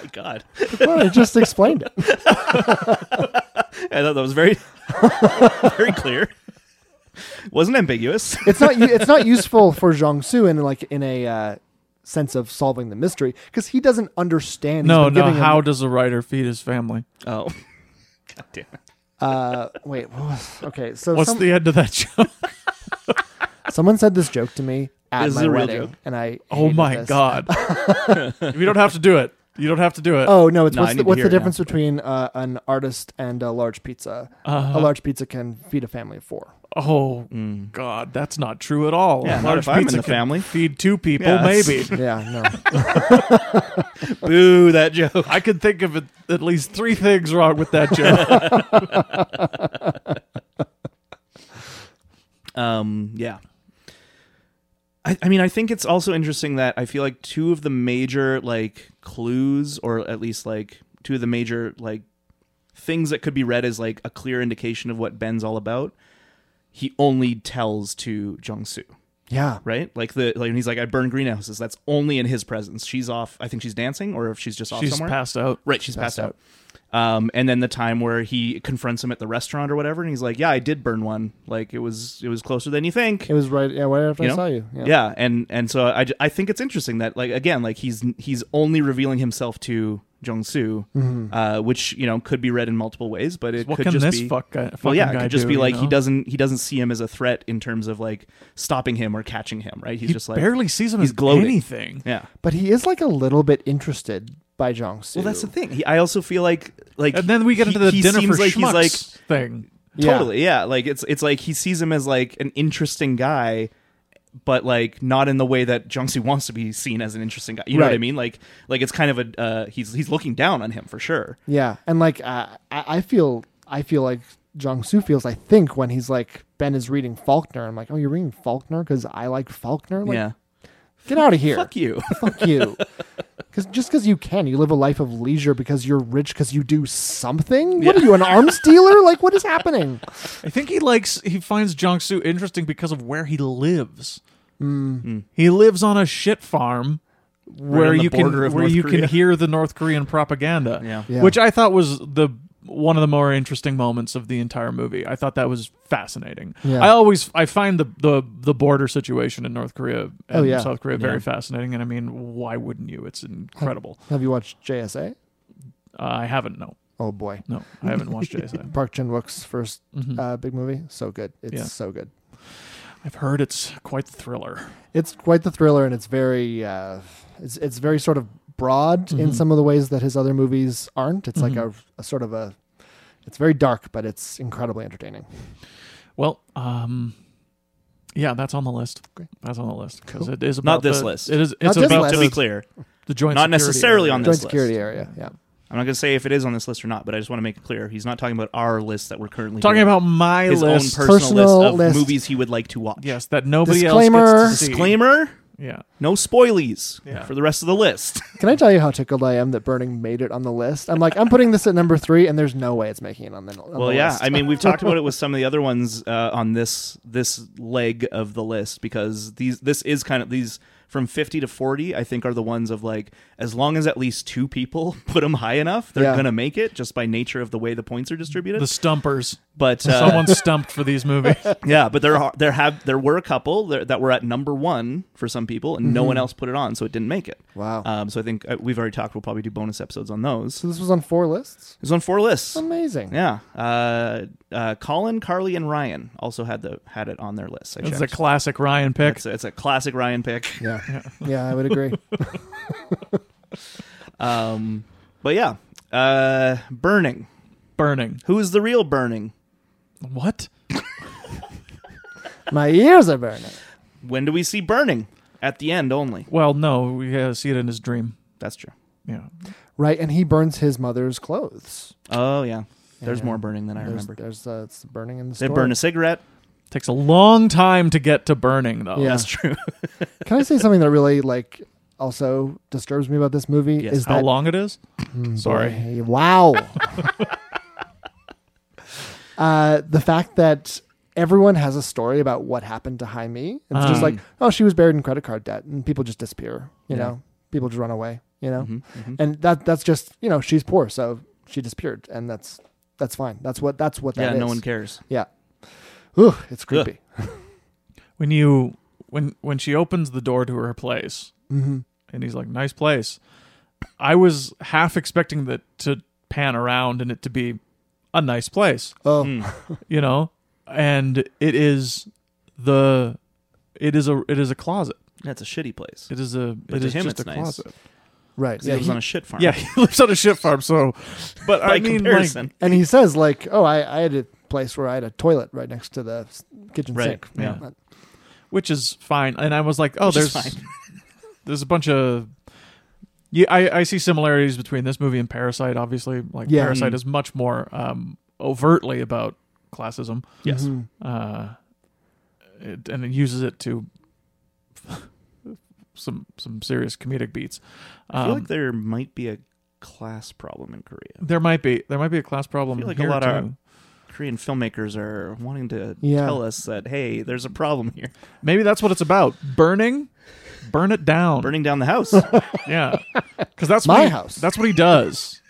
My God,
Well, I just explained it.
I thought that was very, very clear. Wasn't ambiguous.
it's not it's not useful for Zhang Su in like in a uh, sense of solving the mystery because he doesn't understand. He's
No,
been
no.
giving him-
How does a writer feed his family?
Oh, God damn it!
uh, wait, what was- okay. So
What's
some-
the end of that joke?
someone said this joke to me at
This is
my
a real
wedding,
joke.
and I
Oh
hated
my
this.
god! we don't have to do it. You don't have to do it.
Oh no! It's
No, I
what's
need
the,
to
what's
hear
the
it now.
difference between uh, an artist and a large pizza?
Uh-huh.
A large pizza can feed a family of four.
Oh God, that's not true at all.
Mm. Yeah,
A
not
large
if I'm in
pizza
the
can
family.
feed two people,
Yeah, that's-
maybe.
Yeah, no.
Boo, that joke.
I could think of at- at least three things wrong with that joke.
Um, yeah. I, I mean, I think it's also interesting that I feel like two of the major like clues, or at least like two of the major like things that could be read as like a clear indication of what Ben's all about. He only tells to Jongsu,
yeah,
right? Like the like, when he's like, "I burn greenhouses." That's only in his presence. She's off. I think she's dancing, or if she's just off
She's
somewhere.
passed out.
Right, she's passed, out. Um, and then the time where he confronts him at the restaurant or whatever, and he's like, "Yeah, I did burn one. Like it was it was closer than you think."
it was right. Yeah, right after
You
I
know?
saw you. Yeah.
yeah, and and so I, ju- I think it's interesting that like again like he's he's only revealing himself to Jong Soo, uh, which you know could be read in multiple ways, but it
What
could
can
just
this
be
fuck guy, fucking
well, yeah, it
guy
could just
do,
be
you
like he
know?
doesn't he doesn't see him as a threat in terms of like stopping him or catching him, right? He's
He
just like
barely sees him
he's
as
gloating.
anything.
yeah.
But he is like a little bit interested by Jong Soo.
Well, that's the thing. He, I also feel like like
And then we get
he-
into the
he
dinner
seems
for
like he's
schmucks
like
thing.
Totally, yeah. Like it's it's like he sees him as like an interesting guy, but like not in the way that Jungsu wants to be seen as an interesting guy. You know what I
Right.
mean? Like like it's kind of a uh, he's he's looking down on him for sure.
Yeah, and like uh, I, I feel, I feel like Jong Soo feels. I think when he's like Ben is reading Faulkner, I'm like, oh, you're reading Faulkner because I like Faulkner. Like,
yeah.
get out of here.
Fuck you.
Fuck you. Because just because you can, you live a life of leisure because you're rich because you do something. What are you, an arms dealer? Like, what is happening?
I think he likes he finds Jiangsu interesting because of where he lives.
Hmm.
He lives on a shit farm
Hmm.
where
on the
you can
border
where
of North
you
Korea.
can hear the North Korean propaganda.
Yeah.
Yeah.
Which I thought was the one of the more interesting moments of the entire movie. I thought that was fascinating.
Yeah.
I always I find the, the the border situation in North Korea and
Oh, yeah.
South Korea very
Yeah.
fascinating and I mean why wouldn't you? It's incredible.
Have you watched JSA?
Uh, I haven't no.
Oh boy,
No. I haven't watched JSA.
Park Chan Wook's 1st
Hmm.
Mhm.
uh, big movie. So good. It's
Yeah.
so good.
I've heard it's quite the thriller.
It's quite the thriller, and it's very, uh, it's it's very sort of broad in
Mm-hmm.
Mhm.
some of the ways that his other movies aren't. It's like a,
Mhm.
a sort of a, it's very dark, but it's incredibly entertaining.
Well, um, yeah, that's on the list.
Great.
That's on the list because
Cool.
it is about
Not this
the-
list.
It is. It's
Not this
about
list.
to
the-
be clear,
the joint.
Not
security
necessarily on
area.
this
Joint security
list.
area. Yeah.
I'm not gonna say if it is on this list or not, but I just want to make it clear he's not talking about our list that we're currently
Talking
doing.
about my
his
list.
own personal,
Personal
list of
list.
movies he would like to watch.
yes, that nobody
Disclaimer.
else gets to see.
Disclaimer:
Yeah.
No spoilies
Yeah.
for the rest of the list.
Can I tell you how tickled I am that Burning made it on the list? I'm like, I'm putting this at number three, and there's no way it's making it on the, on
Well,
the
yeah.
list.
I mean, we've talked about it with some of the other ones uh, on this this leg of the list because these this is kind of these from 50 to 40 i think are the ones of like as long as at least two people put them high enough they're
Yeah.
gonna make it just by nature of the way the points are distributed
The stumpers.
but uh,
Someone stumped for these movies.
yeah but there are there have there were a couple that, that were at number one for some people and no one else put it on so it didn't make it
Mm-hmm. Wow.
um, so i think uh, we've already talked we'll probably do bonus episodes on those
so
it
this was on four lists.
was on four lists
Amazing.
Yeah, uh, uh, Colin, Carly, and Ryan also had the had it on their list. I
It's a
checked.
classic Ryan pick.
It's a, it's a classic Ryan pick.
Yeah. Yeah, I would agree.
Um, but yeah, uh, burning.
Burning.
Who is the real burning?
What?
My ears are burning.
When do we see burning? At the end only.
Well, no, we uh, see it in his dream.
That's true.
Yeah.
Right, and he burns his mother's clothes.
Oh yeah, there's
Yeah.
more burning than I
there's,
remember.
There's uh, it's the burning in the
They
story.
burn a cigarette.
Takes a long time to get to burning though.
Yeah.
That's true.
Can I say something that really like also disturbs me about this movie?
Yes.
Is
How
that Hmm,
long it is? Sorry.
Hey, wow. uh, the fact that everyone has a story about what happened to Jaime. It's
Um.
just like, oh, she was buried in credit card debt, and people just disappear. You
Yeah.
know, people just run away. You know,
Mhm, mhm.
and that that's just you know she's poor, so she disappeared, and that's that's fine. That's what that's what
Yeah,
that is.
no one cares.
Yeah. Ooh, it's creepy.
when you when when she opens the door to her place
hmm
and he's like nice place i was half expecting that to pan around and it to be a nice place
Oh,
Mm.
you know and it is the it is a it is a closet
That's a shitty place.
it is a
But
it
to
is
him
just
it's
a
nice.
closet
Right.
He
Yeah,
lives
he-
on a shit farm.
Yeah, he lives on a shit farm, so. But
by
I mean,
comparison.
like,
and he says like, "Oh, I, I had a place where I had a toilet right next to the s- kitchen
Right,
sink."
yeah.
But-
which is fine. And I was like, oh,
Which is
there's there's a bunch of yeah. I, I see similarities between this movie and Parasite. Obviously, like
Yeah.
Parasite is much more um, overtly about classism,
yes.
Mhm.
uh, it, and it uses it to some some serious comedic beats.
I feel
Um,
like there might be a class problem in Korea.
there might be there might be a class problem.
I feel like a
here
lot of-
too.
Korean filmmakers are wanting to
Yeah.
tell us that hey, there's a problem here.
maybe that's what it's about. Burning, burn it down.
Burning down the house.
Yeah, because that's
My
what he-
house.
That's what he does.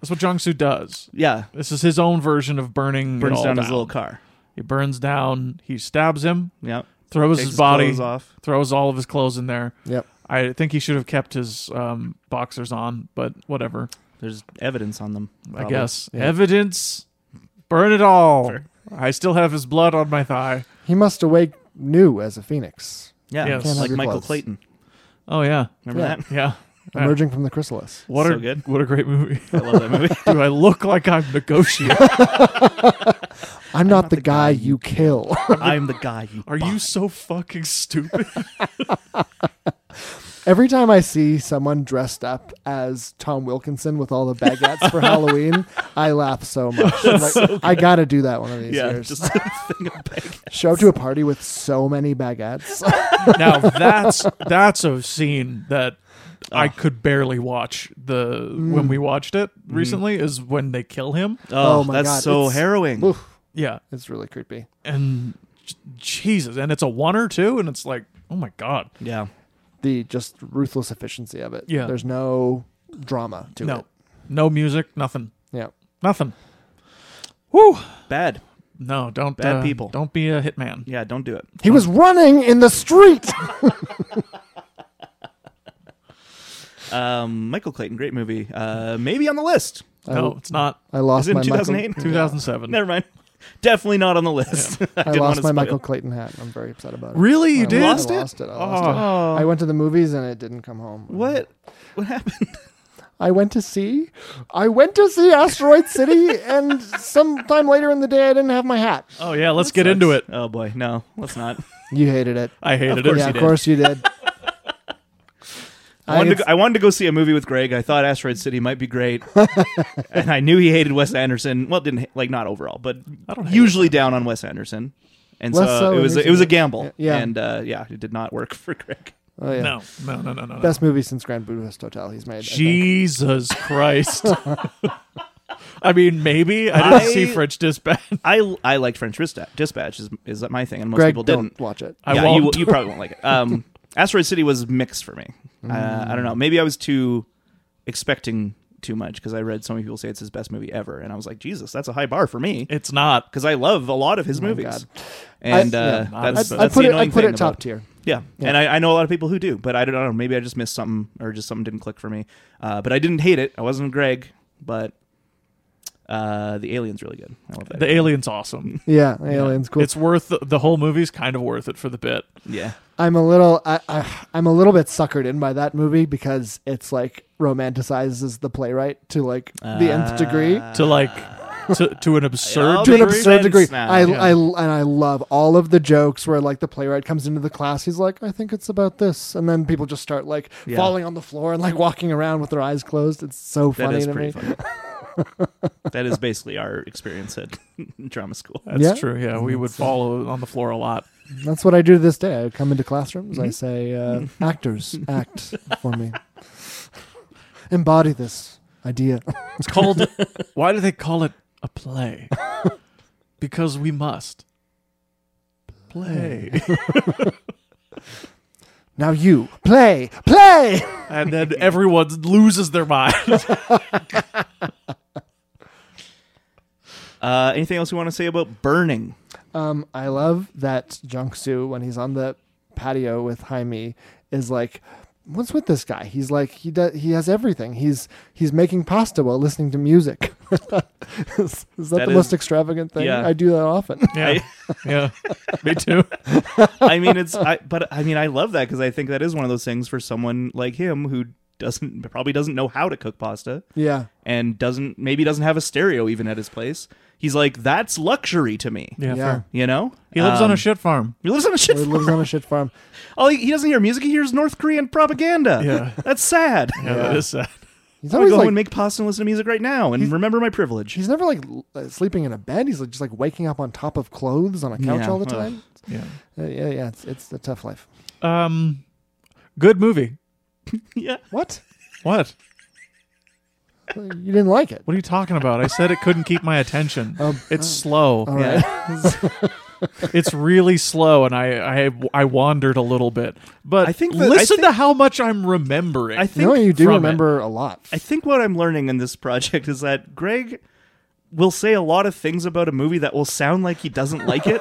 That's what Jong Soo does.
yeah.
This is his own version of burning. it
Burns
all
down, his little car.
He burns down. He stabs him.
Yep.
Throws
Takes
his body.
clothes off.
Throws all of his clothes in there.
Yep.
I think he should have kept his um, boxers on, but whatever.
There's evidence on them.
I
probably.
guess
yeah.
evidence. Burn it all.
Fair.
I still have his blood on my thigh.
He must awake new as a phoenix,
Yeah.
Yes. Can't have
Like
your
Michael
clothes.
Clayton.
Oh yeah,
Remember
Yeah.
that?
yeah.
Ah.
Yeah.
emerging from the chrysalis.
What
So
a
good.
what a great movie.
I love that movie.
Do I look like I'm negotiating?
I'm, not, the, guy, you kill.
I'm the guy you
Are you so fucking stupid?
Every time I see someone dressed up as Tom Wilkinson with all the baguettes for Halloween, I laugh so much. I'm like, I gotta do that one of these
yeah,
years.
just a thing of baguettes.
Show up to a party with so many baguettes.
now that's that's a scene that
Ah.
I could barely watch the when we watched it recently is when they kill him.
Oh,
Oh my
that's
God,
so
it's-
harrowing.
Oof,
Yeah.
it's really creepy.
And j- Jesus, and it's a one or two and it's like, "Oh my god."
Yeah.
The just ruthless efficiency of it.
Yeah.
There's no drama to
no.
it.
No music, nothing.
Yeah.
Nothing. Woo.
Bad.
No, don't
Bad
uh,
people.
Don't be a hitman.
Yeah, don't do it.
He was running in the street.
Um, Michael Clayton, great movie. Uh, maybe on the list.
Uh,
No, it's not.
I lost
Is it
my
in 2008?
Michael,
2007.
Never mind. Definitely not on the list. I,
I
didn't want
lost
to
my
spoil
Michael
it.
Clayton hat. I'm very upset about it.
Really? You
I
did?
lost- I lost it. I lost it.
Oh.
I went to the movies and it didn't come home.
What? What happened?
I went to see, I went to see Asteroid City, and sometime later in the day, I didn't have my hat.
Oh yeah, let's get into it.
Oh boy, no, let's not.
You hated it.
I hated it.
course
yeah,
you
of
did.
course you did.
I wanted, to go,
it's-
I wanted to go see a movie with Greg. I thought Asteroid City might be great, and I knew he hated Wes Anderson. Well, didn't ha- like not overall, but
don't hate
usually down on Wes Anderson. And so,
Less so
it
in
was a, it
recent
was a
years.
gamble.
Yeah.
and uh, yeah, it did not work for Greg.
oh, yeah.
No, no, no, no, no. no.
Best movie since Grand Budapest Hotel he's made. I think.
Jesus Christ. I mean, maybe I didn't
I-
see French Dispatch.
I I liked French Dispa- Dispatch is is my thing, and most
Greg,
people
don't
didn't.
watch it.
I
yeah,
won't.
You, you probably won't like it. Um, Asteroid City was mixed for me. Uh, I don't
Mm.
know. Maybe I was too expecting too much because I read so many people say it's his best movie ever, and I was like, Jesus, that's a high bar for me
It's not.
because I love a lot of his movies.
Oh God.
And
I- yeah,
uh,
not
that's,
as bad.
that's
I put
the
it. I
annoying
put
thing
it top
about-
tier.
Yeah.
Yeah.
and I, I know a lot of people who do, but I don't, I don't know. Maybe I just missed something, or just something didn't click for me. Uh, but I didn't hate it. I wasn't Greg, but uh, the alien's really good. I love that.
The alien's awesome.
Yeah, Aliens cool.
It's worth the, the whole movie's kind of worth it for the bit.
yeah,
I'm a little. I, I I'm a little bit suckered in by that movie because it's like romanticizes the playwright to like the nth
Uh,
degree.
To like to, to an absurd
to an
Makes
absurd
sense
degree.
now.
I,
Yeah.
I and I love all of the jokes where like the playwright comes into the class. He's like, I think it's about this, and then people just start like
Yeah.
falling on the floor and like walking around with their eyes closed. It's so
that
funny
is
to
pretty funny.
me.
that is basically our experience at drama school.
That's
Yeah.
true. Yeah, we would fall on the floor a lot.
That's what I do to this day. I come into classrooms.
Mm-hmm.
I say, uh, actors act for me. Embody this idea.
It's called. why do they call it a play? Because we must play.
Now you play, play.
and then everyone loses their mind.
Uh, anything else you want to say about burning?
Um, I love that Jung Soo when he's on the patio with Jaime is like, what's with this guy? He's like he does he has everything. He's he's making pasta while listening to music. is, is that,
That
the
is-
most extravagant thing?
yeah.
I do that often.
Yeah, yeah, me too.
I mean, it's I, but I mean, I love that because I think that is one of those things for someone like him who doesn't probably doesn't know how to cook pasta
Yeah.
and doesn't maybe doesn't have a stereo even at his place. He's like, that's luxury to me.
Yeah,
Yeah.
fair.
You know,
He lives on a
Um,
shit farm.
He lives on a shit.
He lives on a shit farm.
Oh, he, he doesn't hear music. He hears North Korean propaganda.
Yeah.
that's sad.
Yeah, that is sad.
He's
I'm gonna
always
go home
like
and make pasta and listen to music right now and remember my privilege.
he's never like l- uh, sleeping in a bed. He's like, just like waking up on top of clothes on a couch
Yeah,
all the
ugh.
time.
Yeah.
Uh, yeah, yeah. It's it's a tough life.
Um, good movie.
yeah,
What?
What?
Uh, you didn't like it?
What are you talking about? I said it couldn't keep my attention.
Um,
it's slow.
All right.
yeah.
It's really slow, and I, I I wandered a little bit. But
I think that- I
listen
think-
to how much I'm remembering.
I think
no, you do
from it.
remember a lot.
I think what I'm learning in this project is that Greg will say a lot of things about a movie that will sound like he doesn't like it,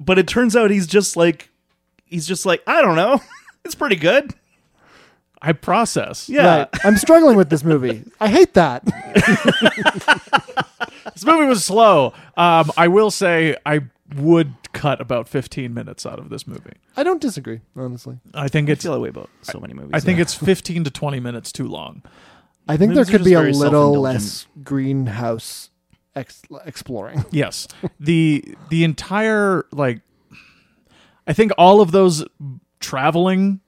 but it turns out he's just like he's just like I don't know. It's pretty good.
I process.
Yeah.
Right. I'm struggling with this movie. I hate that.
This movie was slow. Um, I will say I would cut about 15 minutes out of this movie.
I don't disagree, honestly.
I think
I
it's
feel that way about so many movies.
I think it's 15 to 20 minutes too long.
I think
Movies are
there could
just
be a
very
little
self-indulgent.
less greenhouse ex- exploring.
Yes. The the entire like I think all of those traveling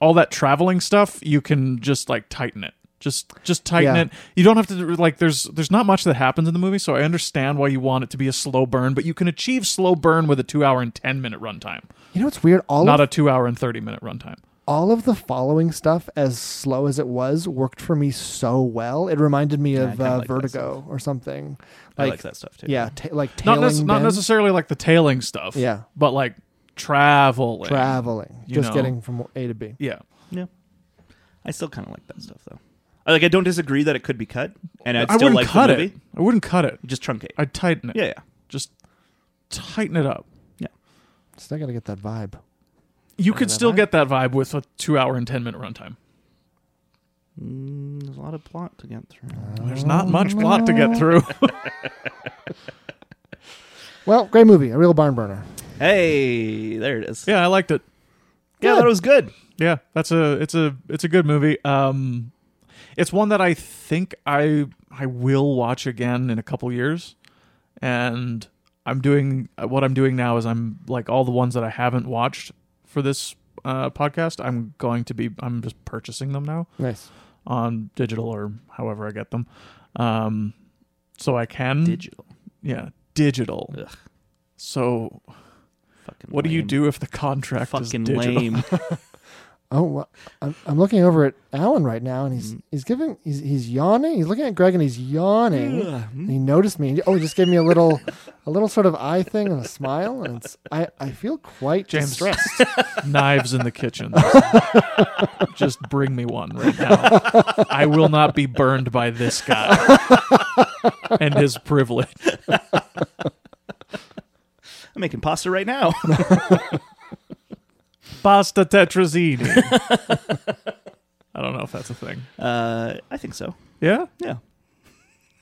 all that traveling stuff you can just like tighten it. Just just tighten
Yeah.
it. You don't have to like there's there's not much that happens in the movie so I understand why you want it to be a slow burn but you can achieve slow burn with a 2 hour and 10 minute runtime.
You know what's weird? All
Not
of,
a 2 hour and 30 minute runtime.
all of the following stuff, as slow as it was, worked for me so well. It reminded me of
kinda
uh,
like that
Vertigo or something.
I like that stuff too.
Yeah, ta- like
Not
tailing
nec- not
Ben,
necessarily like the tailing stuff.
Yeah.
But like traveling.
traveling,
you
just
know.
getting from A to B.
yeah.
Yeah. I still kind of like that stuff though. I- Like I don't disagree that it could be cut, and I'd
I
still
wouldn't
like
cut
the movie.
it. I wouldn't cut it.
Just truncate.
I'd tighten it.
yeah, yeah.
Just tighten it up.
Still gotta get that vibe.
You could
that
still
vibe?
get that vibe with a two hour and 10 minute runtime.
Mm, there's a lot of plot to get through.
There's not much plot to
Ah.
get through.
Well, great movie, a real barn burner.
Hey, there it is.
yeah, I liked it.
yeah, that
good.
was good.
Yeah, that's a it's a it's a good movie. Um it's one that I think I I will watch again in a couple years. And I'm doing uh, what I'm doing now is I'm like all the ones that I haven't watched for this uh, podcast, I'm going to be I'm just purchasing them now.
Nice.
on digital or however I get them. Um, so I can
Digital.
yeah, digital.
Ugh.
So
Fucking
what do you
lame.
do if the contract
Fucking
is digital?
lame.
Oh, well, I'm, I'm looking over at Alan right now, and he's he's giving he's he's yawning. He's looking at Greg, and he's yawning. And he noticed me. and- Oh, he just gave me a little a little sort of eye thing and a smile, and it's I I feel quite
James.
distressed.
Knives in the kitchen. Just bring me one right now. I will not be burned by this guy and his privilege.
I'm making pasta right now.
Pasta tetrazzini. I don't know if that's a thing.
Uh, I think so.
Yeah.
Yeah.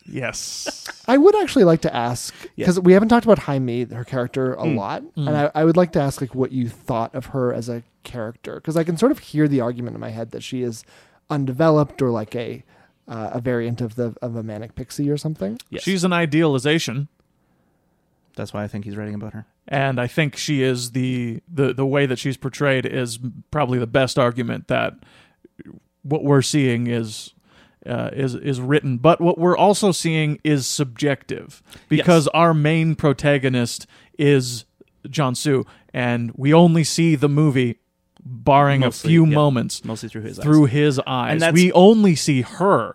Yes.
I would actually like to ask because we haven't talked about Jaime, her character, a lot, and I, I would like to ask like what you thought of her as a character because I can sort of hear the argument in my head that she is undeveloped or like a uh, a variant of the of a manic pixie or something.
Yes.
She's an idealization.
That's why I think he's writing about her.
and I think she is the the the way that she's portrayed is probably the best argument that what we're seeing is uh, is is written, but what we're also seeing is subjective because our main protagonist is John Sue, and we only see the movie, barring
Mostly,
a few
yeah.
moments,
Mostly through his
through
eyes.
his eyes.
that's-
we only see her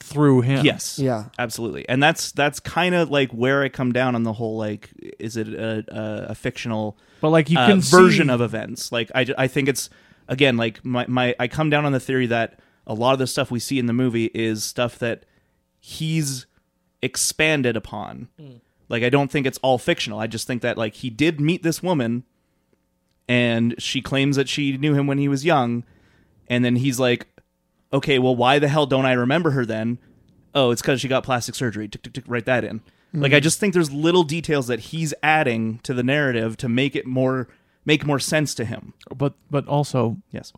through him.
Yes.
Yeah.
Absolutely. And that's that's kind of like where I come down on the whole like is it a a, a fictional
but like you
uh,
can
version
see-
of events. Like I, I think it's again like my, my I come down on the theory that a lot of the stuff we see in the movie is stuff that he's expanded upon. Like I don't think it's all fictional. I just think that like he did meet this woman and she claims that she knew him when he was young and then he's like okay, well why the hell don't I remember her then? Oh, it's cuz she got plastic surgery. Tick, tick, tick, write that in. Like
Mm-hmm.
I just think there's little details that he's adding to the narrative to make it more make more sense to him.
but but also
Yes.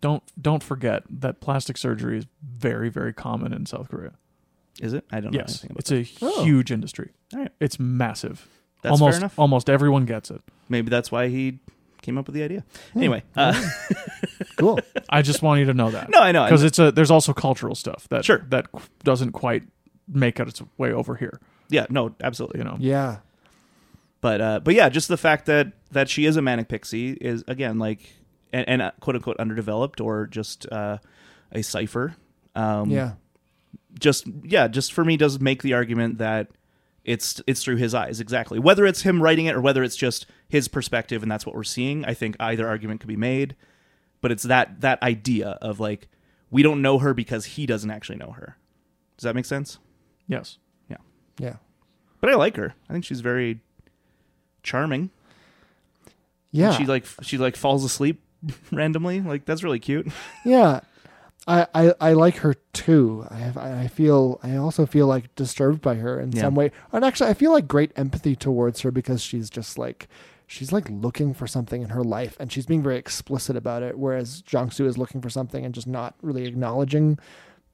don't don't forget that plastic surgery is very very common in South Korea.
Is it? I don't know
yes,
anything about
it's a
Oh.
huge industry.
All right.
It's massive.
That's
almost
fair enough.
almost everyone gets it.
Maybe that's why he came up with the idea.
Hmm.
Anyway, uh,
Cool.
I just want you to know that.
No, I know.
because it's a there's also cultural stuff that
Sure.
that qu- doesn't quite make its way over here.
yeah, no, absolutely.
You know,
yeah.
But uh, but yeah, just the fact that that she is a manic pixie is again like and, and uh, quote unquote underdeveloped or just uh, a cipher. Um,
Yeah.
just yeah, just for me does make the argument that it's it's through his eyes exactly. Whether it's him writing it or whether it's just his perspective and that's what we're seeing, I think either argument could be made. But it's that that idea of like we don't know her because he doesn't actually know her. Does that make sense?
yes,
Yeah.
Yeah.
But I like her. I think she's very charming.
Yeah.
She like she like falls asleep randomly. Like that's really cute.
Yeah, I, I I like her too. I have I I feel I also feel like disturbed by her in
Yeah.
some way, and actually I feel like great empathy towards her because she's just like she's like looking for something in her life, and she's being very explicit about it. Whereas Jiangsu is looking for something and just not really acknowledging,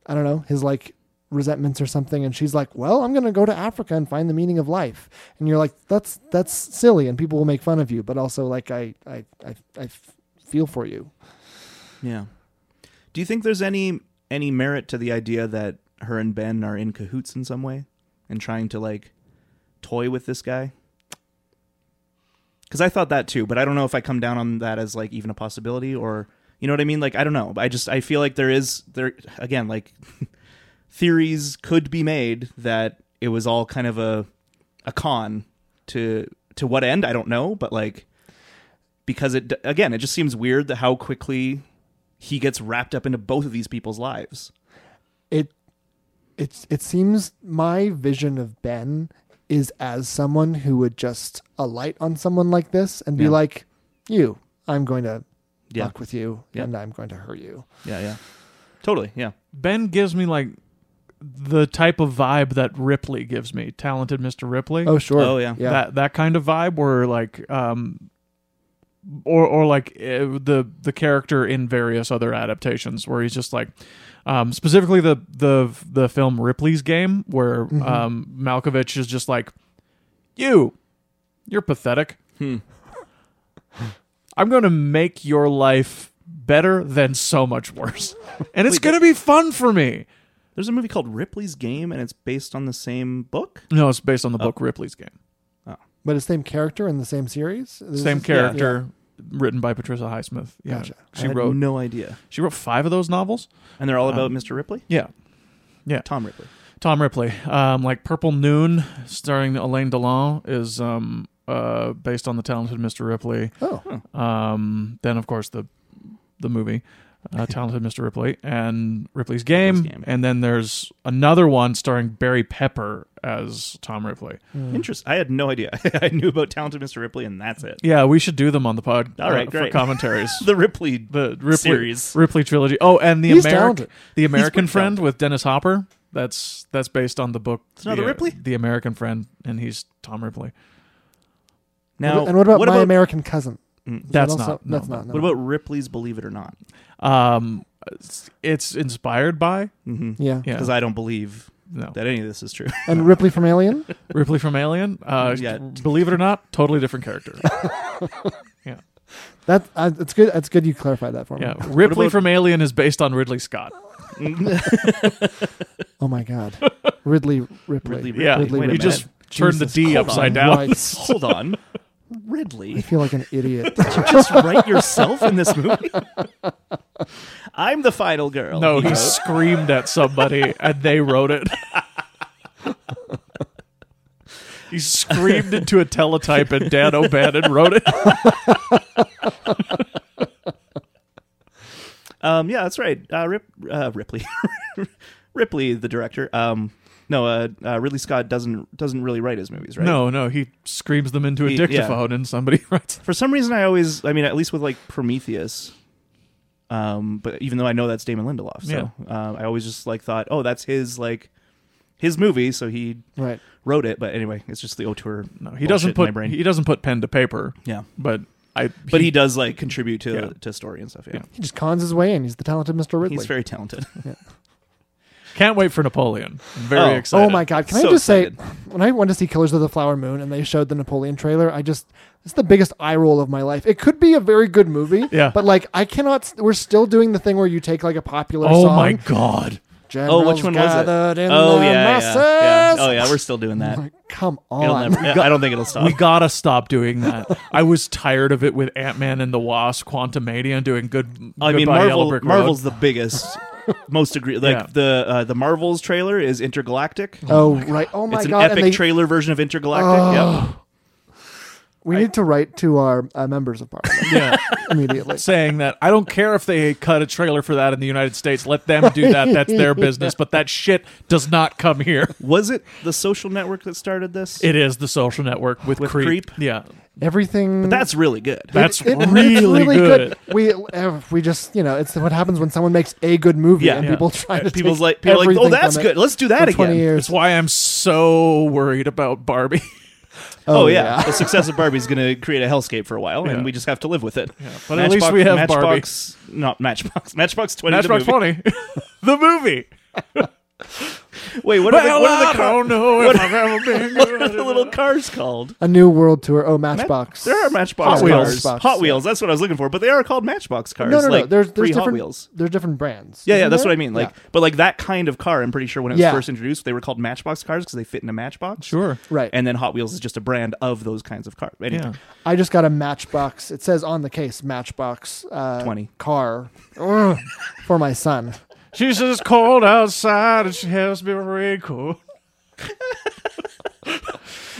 I don't know, his like resentments or something and she's like well i'm gonna go to africa and find the meaning of life and you're like that's that's silly and people will make fun of you but also like i i i, I feel for you
Yeah. Do you think there's any any merit to the idea that her and Ben are in cahoots in some way and trying to like toy with this guy? Cuz I thought that too, but I don't know if I come down on that as like even a possibility or you know what I mean? Like I don't know. I just I feel like there is there again like theories could be made that it was all kind of a a con to to what end I don't know, but like because it again it just seems weird that how quickly he gets wrapped up into both of these people's lives.
it it's it seems my vision of Ben is as someone who would just alight on someone like this and be
Yeah.
like, "You, I'm going to
Yeah.
fuck with you,
Yeah.
and I'm going to hurt you."
Yeah, yeah. Totally, yeah.
Ben gives me like the type of vibe that Ripley gives me, talented Mr. Ripley.
Oh, sure.
Oh, yeah.
yeah,
that that kind of vibe where like um or or like uh, the the character in various other adaptations where he's just like um specifically the the the film Ripley's Game where um Malkovich is just like you you're pathetic
Hmm.
I'm going to make your life better than so much worse and it's going to be fun for me
There's a movie called Ripley's Game and it's based on the same book.
no it's based on the book Ripley's Game
but it's same character in the same series. This
same
is-
character written by Patricia Highsmith yeah
Gotcha.
I
she
had
wrote
no idea.
She wrote five of those novels.
And they're all about Mr. Ripley?
Yeah,
Tom Ripley.
Tom Ripley, um, like Purple Noon, starring Elaine Delon, is um, uh, based on the talented Mr. Ripley.
Yeah. Oh,
Um, then, of course, the the movie, uh, Talented Mr. Ripley, and Ripley's Game.
Ripley's Game.
and then there's another one starring Barry Pepper as Tom Ripley.
Interest. I had no idea. I knew about Talented Mr. Ripley and that's it.
Yeah, we should do them on the pod.
All right,
uh, for
great.
commentaries.
The Ripley
the Ripley
series.
Ripley trilogy. Oh, and the
He's
American
talented.
the American
pretty
friend
talented.
with Dennis Hopper. That's that's based on the book. It's
another Ripley?
the American friend, and he's Tom Ripley.
Now,
and what about
what
my
about, mm,
American cousin? Is that
That's
also-
not. no,
that's not. No.
what about Ripley's Believe It or Not?
Um, it's, it's inspired by.
Mm-hmm.
yeah.
Yeah.
Because I don't believe
No,
that any of this is true.
and Ripley from Alien?
Ripley from Alien. Uh,
Yeah.
believe it or not, totally different character. yeah,
That uh, it's good. It's good you clarified that for me.
yeah. Ripley
about-
from Alien is based on Ridley Scott.
Oh my God, Ridley Ripley.
Ridley
yeah,
Ripley. Wait a
you
minute.
just turned the
Jesus
D upside down.
Christ.
Hold on.
I
Ridley.
feel like an idiot.
Just write yourself in this movie. I'm the final girl.
No,
he
he
wrote.
screamed at somebody and they wrote it. he screamed into a teletype and Dan O'Bannon wrote it.
Um, yeah, that's right. Uh, Rip, uh, Ripley, Ripley, the director. Um, no, uh, uh, Ridley Scott doesn't doesn't really write his movies, right?
No, no, he screams them into a
He- yeah.
dictaphone and somebody writes.
For some reason, I always, I mean, at least with like Prometheus. Um, but even though I know that's Damon Lindelof, so um, I always just like thought, oh, that's his like his movie, so he
right.
wrote it. But anyway, it's just the auteur.
No, he doesn't
bullshit in my
put
brain.
he doesn't put pen to paper,
yeah,
but I
but he, does like contribute to
Yeah.
to story and stuff. Yeah,
He just cons his way in. He's the talented Mr. Ridley.
he's very talented.
can't wait for Napoleon. I'm very
Oh.
excited.
Oh my god! Can
So
I just say,
excited.
when I went to see Killers of the Flower Moon and they showed the Napoleon trailer, I just it's the biggest eye roll of my life. It could be a very good movie,
Yeah.
But like, I cannot. We're still doing the thing where you take like a popular
Oh
song.
my god.
oh, which one was it? Oh yeah, yeah, yeah. Oh yeah, we're still doing that.
Come
It'll
on.
never- I don't think it'll stop.
We gotta stop doing that. I was tired of it with Ant Man and the Wasp, Quantumania, doing good.
I mean,
Goodbye Yellow
Marvel.
Brick Road.
Marvel's the biggest, most agree. Like
Yeah.
the uh, the Marvels trailer is intergalactic.
Oh, right. Oh my
it's an
god!
epic
and they,
trailer version of intergalactic.
Oh.
yep.
we need to write to our uh, members of parliament
Yeah.
immediately.
saying that I don't care if they cut a trailer for that in the United States. Let them do that. That's their business. But that shit does not come here.
Was it the Social Network that started this?
It is the social network with,
With
creep.
Creep?
Yeah.
Everything.
That's really good.
That's
It- it's
really, good.
We uh, we just you know it's what happens when someone makes a good movie
Yeah.
and
Yeah.
people try to
People's
take
like, people are like, oh,
everything
that's
from it
good. Let's do that
for twenty
again.
years.
That's why I'm so worried about Barbie.
Oh, yeah. the success of Barbie's going to create a hellscape for a while,
Yeah.
and we just have to live with it.
but at least we have
Matchbox, Barbie. Not Matchbox. Matchbox Twenty. the
Matchbox
movie.
Funny. the movie.
Wait, what are
Well,
the, what are
I
the, car-
don't know if I've ever been
what are the little cars called?
A new world tour. Oh, Matchbox.
There are Matchbox
Hot Wheels.
cars.
Matchbox,
Hot Wheels. That's what I was looking for. But they are called Matchbox cars.
no, no,
like
no. There's
pre
there's different.
Hot Wheels.
There's different brands.
Yeah, yeah,
isn't
that's
there?
what I mean. Like,
Yeah.
but like that kind of car, I'm pretty sure when it was
Yeah.
first introduced, they were called Matchbox cars because they fit in a Matchbox.
Sure.
right.
And then Hot Wheels is just a brand of those kinds of cars. Anyway,
Yeah.
I just got a Matchbox. It says on the case Matchbox uh,
20.
car Ugh, for my son.
She says it's cold outside and she has me very cool.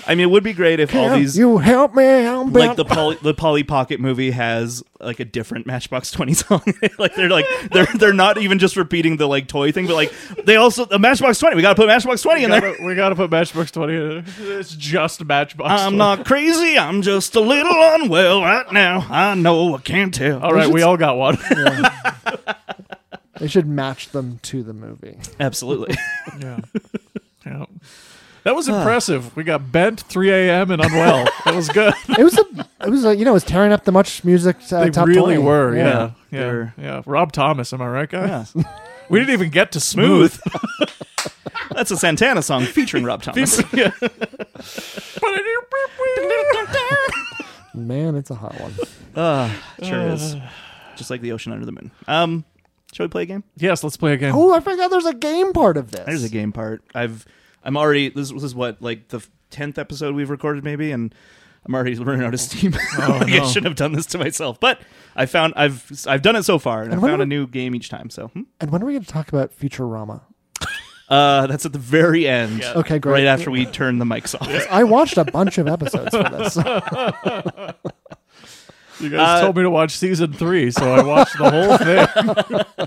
I mean, it would be great if all these
you help me. I'm
like
like
the poly, the Polly Pocket movie has like a different Matchbox Twenty song. like they're like they're they're not even just repeating the like toy thing, but like they also the Matchbox Twenty. We gotta put Matchbox Twenty in there.
Gotta- we gotta put Matchbox 20 in. It's just Matchbox
I'm
20.
not crazy. I'm just a little unwell right now. I know I can't tell.
All right, we all got one.
they should match them to the movie.
Absolutely.
Yeah. yeah. That was impressive. We got bent 3 a.m. and unwell. That was good.
It was a, it was a, you know, it was tearing up the much music. Uh,
they
top
really
20.
were. Yeah.
Yeah,
Yeah.
they
Yeah.
were-
Rob Thomas, am I right,
Yeah.
guys? We didn't even get to smooth.
Smooth. That's a Santana song featuring Rob Thomas.
Yeah.
Man, it's a hot one.
uh, sure is. Just like the ocean under the moon. Um, shall we play a game?
yes, let's play a game.
Oh, I forgot there's a game part of this.
There's a game part. I've I'm already this, this is what like the tenth episode we've recorded maybe, and I'm already running out of steam. like
no.
I shouldn't have done this to myself, but I found I've I've done it so far, and, I
when
found
we-
a new game each time. So hmm?
And when are we going to talk about Futurama?
uh, that's at the very end,
Okay, great.
right after we turn the mics off.
I watched a bunch of episodes for this.
You
Uh,
guys told me to watch season three, so I watched the whole thing.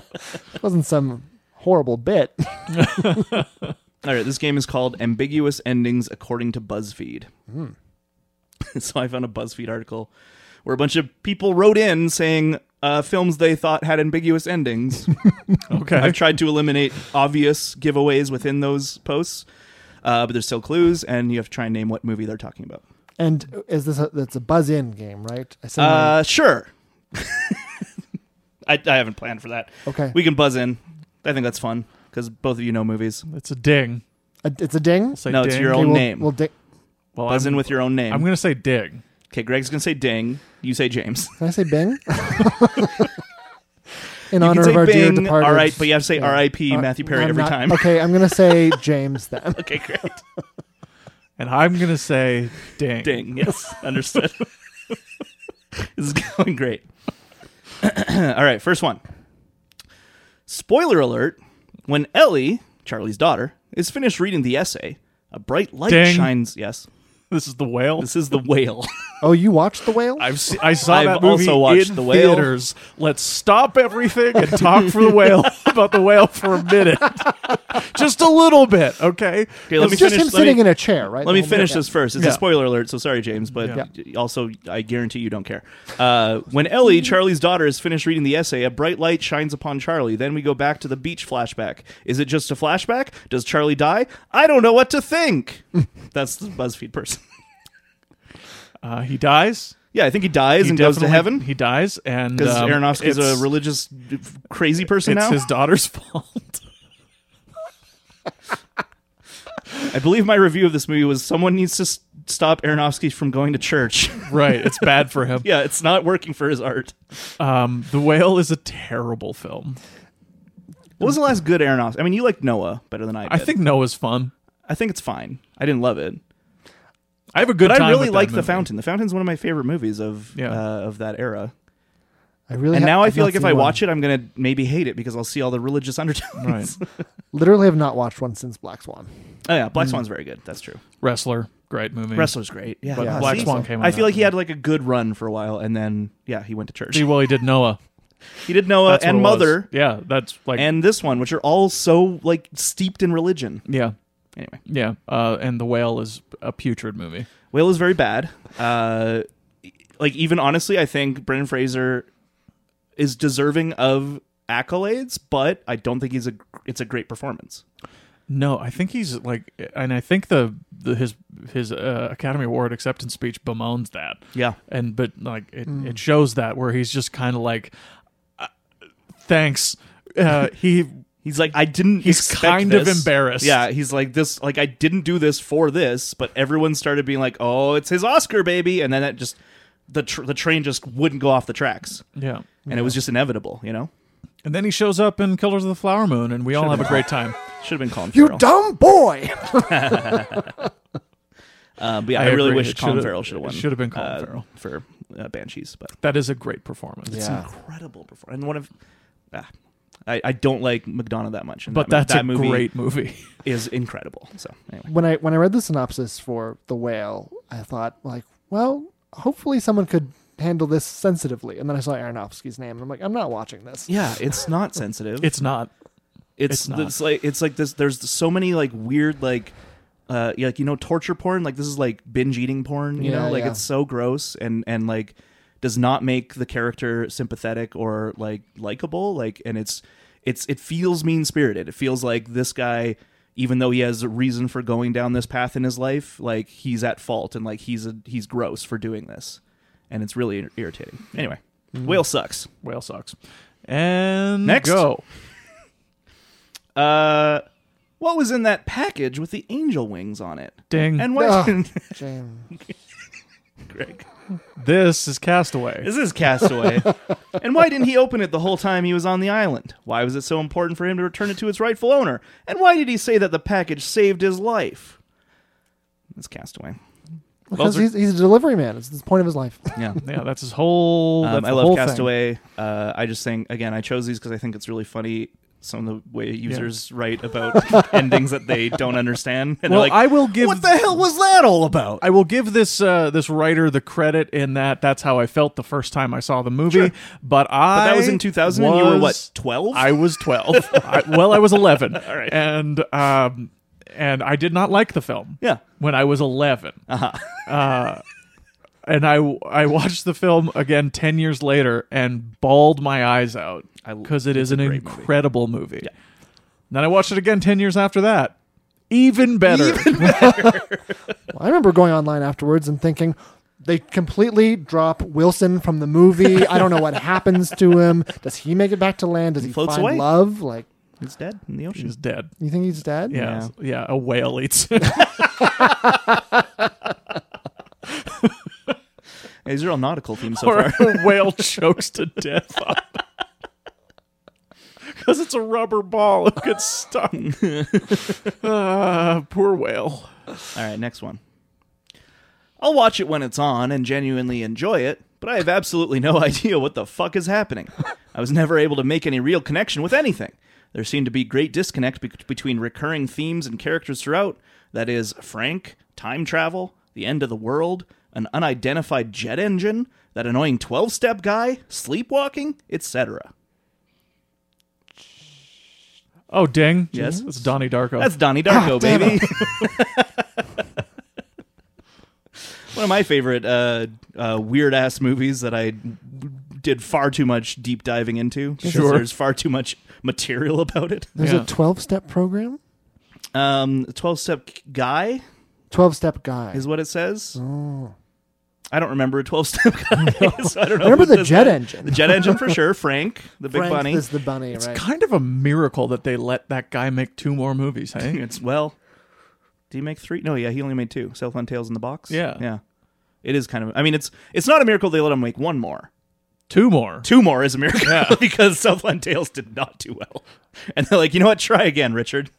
It wasn't some horrible bit.
All right, this game is called Ambiguous Endings According to BuzzFeed.
Hmm.
so I found a BuzzFeed article where a bunch of people wrote in saying uh, films they thought had ambiguous endings.
Okay.
I've tried to eliminate obvious giveaways within those posts, uh, but there's still clues, and you have to try and name what movie they're talking about.
And is this a, that's a buzz in game, right? I said
Uh, sure. I, I haven't planned for that.
Okay.
We can buzz in. I think that's fun because both of you know movies.
It's a ding.
A- it's a ding.
Say
No, it's
ding.
your
Okay,
own
we'll,
name.
We'll ding.
Well,
Buzz
I'm,
in with your own name.
I'm going to say ding.
okay, Greg's going to say ding. You say James.
Can I say Bing? In
You
honor
can say
of our dear
Bing,
departed.
all right, but you have to say
yeah.
R.I.P.
Uh,
Matthew Perry
I'm
every
not-
time.
Okay, I'm gonna say James then.
Okay, great.
And I'm going to say ding.
Ding. Yes, understood. this is going great. All right, first one. Spoiler alert: When Ellie, Charlie's daughter, is finished reading the essay, a bright light
Ding.
shines. Yes,
This is the whale.
this is the whale.
Oh, you watched the whale?
I've se- I saw
I've
that movie
also watched
in
The Whale.
theaters. Let's stop everything and talk for the whale about the whale for a minute, just a little bit, okay?
Okay, let
it's
me finish.
just him
let
sitting
me,
in a chair, right?
let
The
me
whole
finish
bit.
this first. It's
Yeah.
a spoiler alert, so sorry, James, but
Yeah.
also I guarantee you don't care. Uh, when Ellie, Charlie's daughter, is finished reading the essay, a bright light shines upon Charlie. Then we go back to the beach flashback. Is it just a flashback? Does Charlie die? I don't know what to think. That's the BuzzFeed person.
Uh, he dies.
Yeah, I think he dies
He
and goes to
definitely-
heaven
He dies, and
because
um,
Aronofsky's a
it's-
religious d- f- crazy person
It's
now.
his daughter's fault.
I believe my review of this movie was someone needs to s- stop Aronofsky from going to church.
right, it's bad for him.
yeah, it's not working for his art.
Um, the Whale is a terrible film.
What was the last good Aronofsky? I mean, you like Noah better than I did.
I think Noah's fun.
I think it's fine. I didn't love it,
I have a good
but
time.
I really
with that
like The
movie.
Fountain. The Fountain's one of my favorite movies of
Yeah.
uh, of that era.
I really
And
ha-
now I
I've
feel
not
like if
seen
I
one.
watch it, I'm gonna maybe hate it because I'll see all the religious undertones.
Right.
literally have not watched one since Black Swan.
oh yeah,
Mm.
Black Swan's very good. That's true.
Wrestler, great movie.
Wrestler's great. Yeah,
but
Yeah,
Black
See?
Swan came. out.
I feel like he had like a good run for a while, and then yeah, he went to church.
See, well, he did Noah
He did Noah
That's what
Uh, and
it was.
Mother
Yeah, that's like
and this one, which are all so like steeped in religion.
yeah,
Anyway,
yeah. Uh, and the Whale is a putrid movie.
Whale is very bad. Uh, like even honestly, I think Brendan Fraser is deserving of accolades, but I don't think he's a. It's a great performance.
No, I think he's like, and I think the, the his his uh, Academy Award acceptance speech bemoans that.
Yeah.
and but like it,
Hmm.
it shows that where he's just kind of like, uh, thanks. Uh, he
He's like I didn't.
He's
expect
kind of
this.
embarrassed.
Yeah, he's like this. Like I didn't do this for this, but everyone started being like, "Oh, it's his Oscar, baby," and then that just the tr- the train just wouldn't go off the tracks,
yeah,
and it was just inevitable. You know,
and then he shows up in Killers of the Flower Moon, and we all have a great time.
should have been Colin
You
Farrell.
dumb boy.
Uh, but yeah, I,
I
really
agree.
wish
It
Colin
should've-
Farrell should have won.
it should've been Colin
uh,
Farrell.
for uh, Banshees, but
That is a great performance.
it's
Yeah.
incredible before. And one of, ah, I, I don't like McDonough that much, and
But
that,
that's
that
a
movie
great movie.
is incredible. So anyway,
when I when I read the synopsis for The Whale, I thought like, well, hopefully someone could handle this sensitively. And then I saw Aronofsky's name, and I'm like, I'm not watching this.
yeah, it's not sensitive.
It's not.
it's
It's
it's,
not.
like it's like this there's so many like weird like uh yeah, like you know torture porn like this is like binge eating porn you
Yeah,
know like
yeah.
it's so gross and and like does not make the character sympathetic or like likable like and it's it's it feels mean spirited it feels like this guy even though he has a reason for going down this path in his life like he's at fault and like he's a he's gross for doing this and it's really ir- irritating anyway whale sucks
Whale sucks. And
Next.
go.
Uh, what was in that package with the angel wings on it?
Ding.
And why?
Ugh. James.
Greg,
This is Castaway.
this is Castaway. and why didn't he open it the whole time he was on the island? Why was it so important for him to return it to its rightful owner? And why did he say that the package saved his life? That's Castaway.
Because
Those are-
he's, he's a delivery man. It's the point of his life.
Yeah.
Yeah, that's his whole.
Um,
that's
I
the
love
whole thing.
Castaway. Uh, I just think again, I chose these because I think it's really funny. Some of the way users write about endings that they don't understand, and
Well,
they're like,
I will give-
What the hell was that all about?"
I will give this uh, this writer the credit in that that's how I felt the first time I saw the movie. But I
But that was in 2000 and you were, what,
was-
12?
I was twelve. I, well, I was eleven. All
right.
and um, and I did not like the film.
Yeah.
when I was 11 Uh-huh. and I I watched the film again ten years later and bawled my eyes out
I-
because it is an
great movie.
incredible movie. Then I watched it again ten years after that. Even better.
Well, I remember going online afterwards and thinking. They completely drop Wilson from the movie. I don't know what happens to him. Does he make it back to land? Does he,
floats
find
away.
love? Like,
He's dead in the ocean.
He's dead.
you think he's dead?
Yeah,
Yeah.
yeah, a whale eats.
These are all nautical themes so
or
far.
a whale chokes to death because it's a rubber ball it gets stuck Ah, poor whale
All right, next one. I'll watch it when it's on and genuinely enjoy it, but I have absolutely no idea what the fuck is happening. I was never able to make any real connection with anything. There seemed to be great disconnect be- between recurring themes and characters throughout that is, Frank, time travel, the end of the world, an unidentified jet engine, that annoying 12 step guy, sleepwalking, etc.
oh ding
Yes.
it's donnie darko
That's Donnie Darko,
Ah, damn
baby. One of my favorite uh, uh, weird ass movies that I did far too much deep diving into. because
Sure.
There's far too much material about it.
There's
Yeah.
a 12 step program?
Um, 12 Step Guy
12 step guy. Oh.
is what it says. I don't remember a 12 step guy. so I don't know.
remember
who
the
this
jet
guy-
engine.
The jet engine for sure. Frank, the big
Frank
bunny.
is the bunny,
It's
right?
kind of a miracle that they let that guy make two more movies, hey?
It's well. Did he make three? No, yeah, he only made two. Southland Tales in the box.
Yeah.
yeah. It is kind of. I mean, it's it's not a miracle they let him make one more.
two more.
Two more is a miracle because Southland Tales did not do well. And they're like, you know what? Try again, Richard.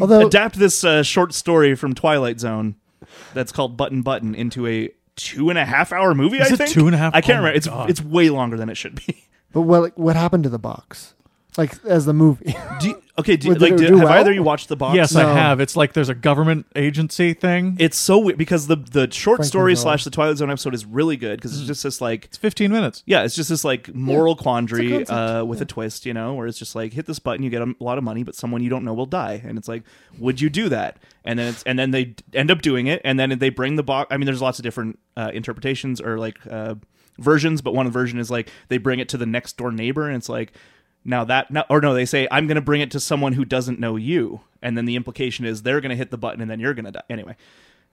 Although
Adapt this uh, short story from Twilight Zone that's called Button Button into a two and a half hour movie.
Is
I
it
think
two and a half?
I can't
Oh my
remember. It's
God.
it's way longer than it should be.
But what what happened to the box? Like as the movie.
Do you- okay, do,
Well, did
like,
it
do,
do
have
well?
either you watched the box?
Yes,
No.
I have. It's like there's a government agency thing.
It's so weird because the the short
Franklin
story
Joel.
slash the Twilight Zone episode is really good because it's just this like
It's 15 minutes.
yeah, it's just this like moral quandary
concept,
uh, with a twist, you know, where it's just like hit this button, you get a lot of money, but someone you don't know will die, and it's like, would you do that? And then it's and then they d- end up doing it, and then they bring the box. I mean, there's lots of different uh, interpretations or like uh, versions, but one version is like they bring it to the next door neighbor, and it's like now that now, or no, they say I'm going to bring it to someone who doesn't know you, and then the implication is they're going to hit the button, and then you're going to die anyway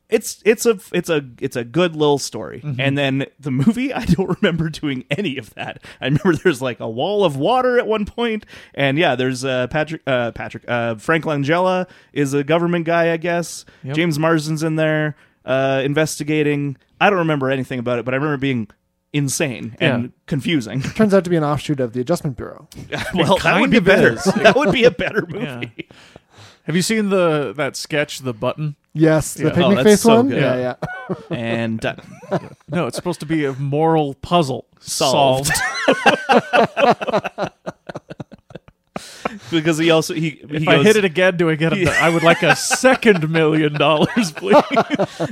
it's it's a it's a it's a good little story
Mm-hmm.
and then the movie i don't remember doing any of that i remember there's like a wall of water at one point and yeah there's uh patrick uh patrick uh frank langella is a government guy i guess
Yep.
james marsden's in there uh investigating i don't remember anything about it but i remember being insane
Yeah.
and confusing
Turns out to be an offshoot of the Adjustment Bureau.
well that
kind
would be
of
better
is.
that would be a better movie
Yeah. Have you seen the that sketch, The Button?
Yes, the
Yeah. Oh,
picnic
that's
face
so
one.
good.
Yeah, yeah.
and done.
No, it's supposed to be a moral puzzle
Solved. because he also he, he
If I hit
goes-
it again, do I get it? I would like a second million dollars, please.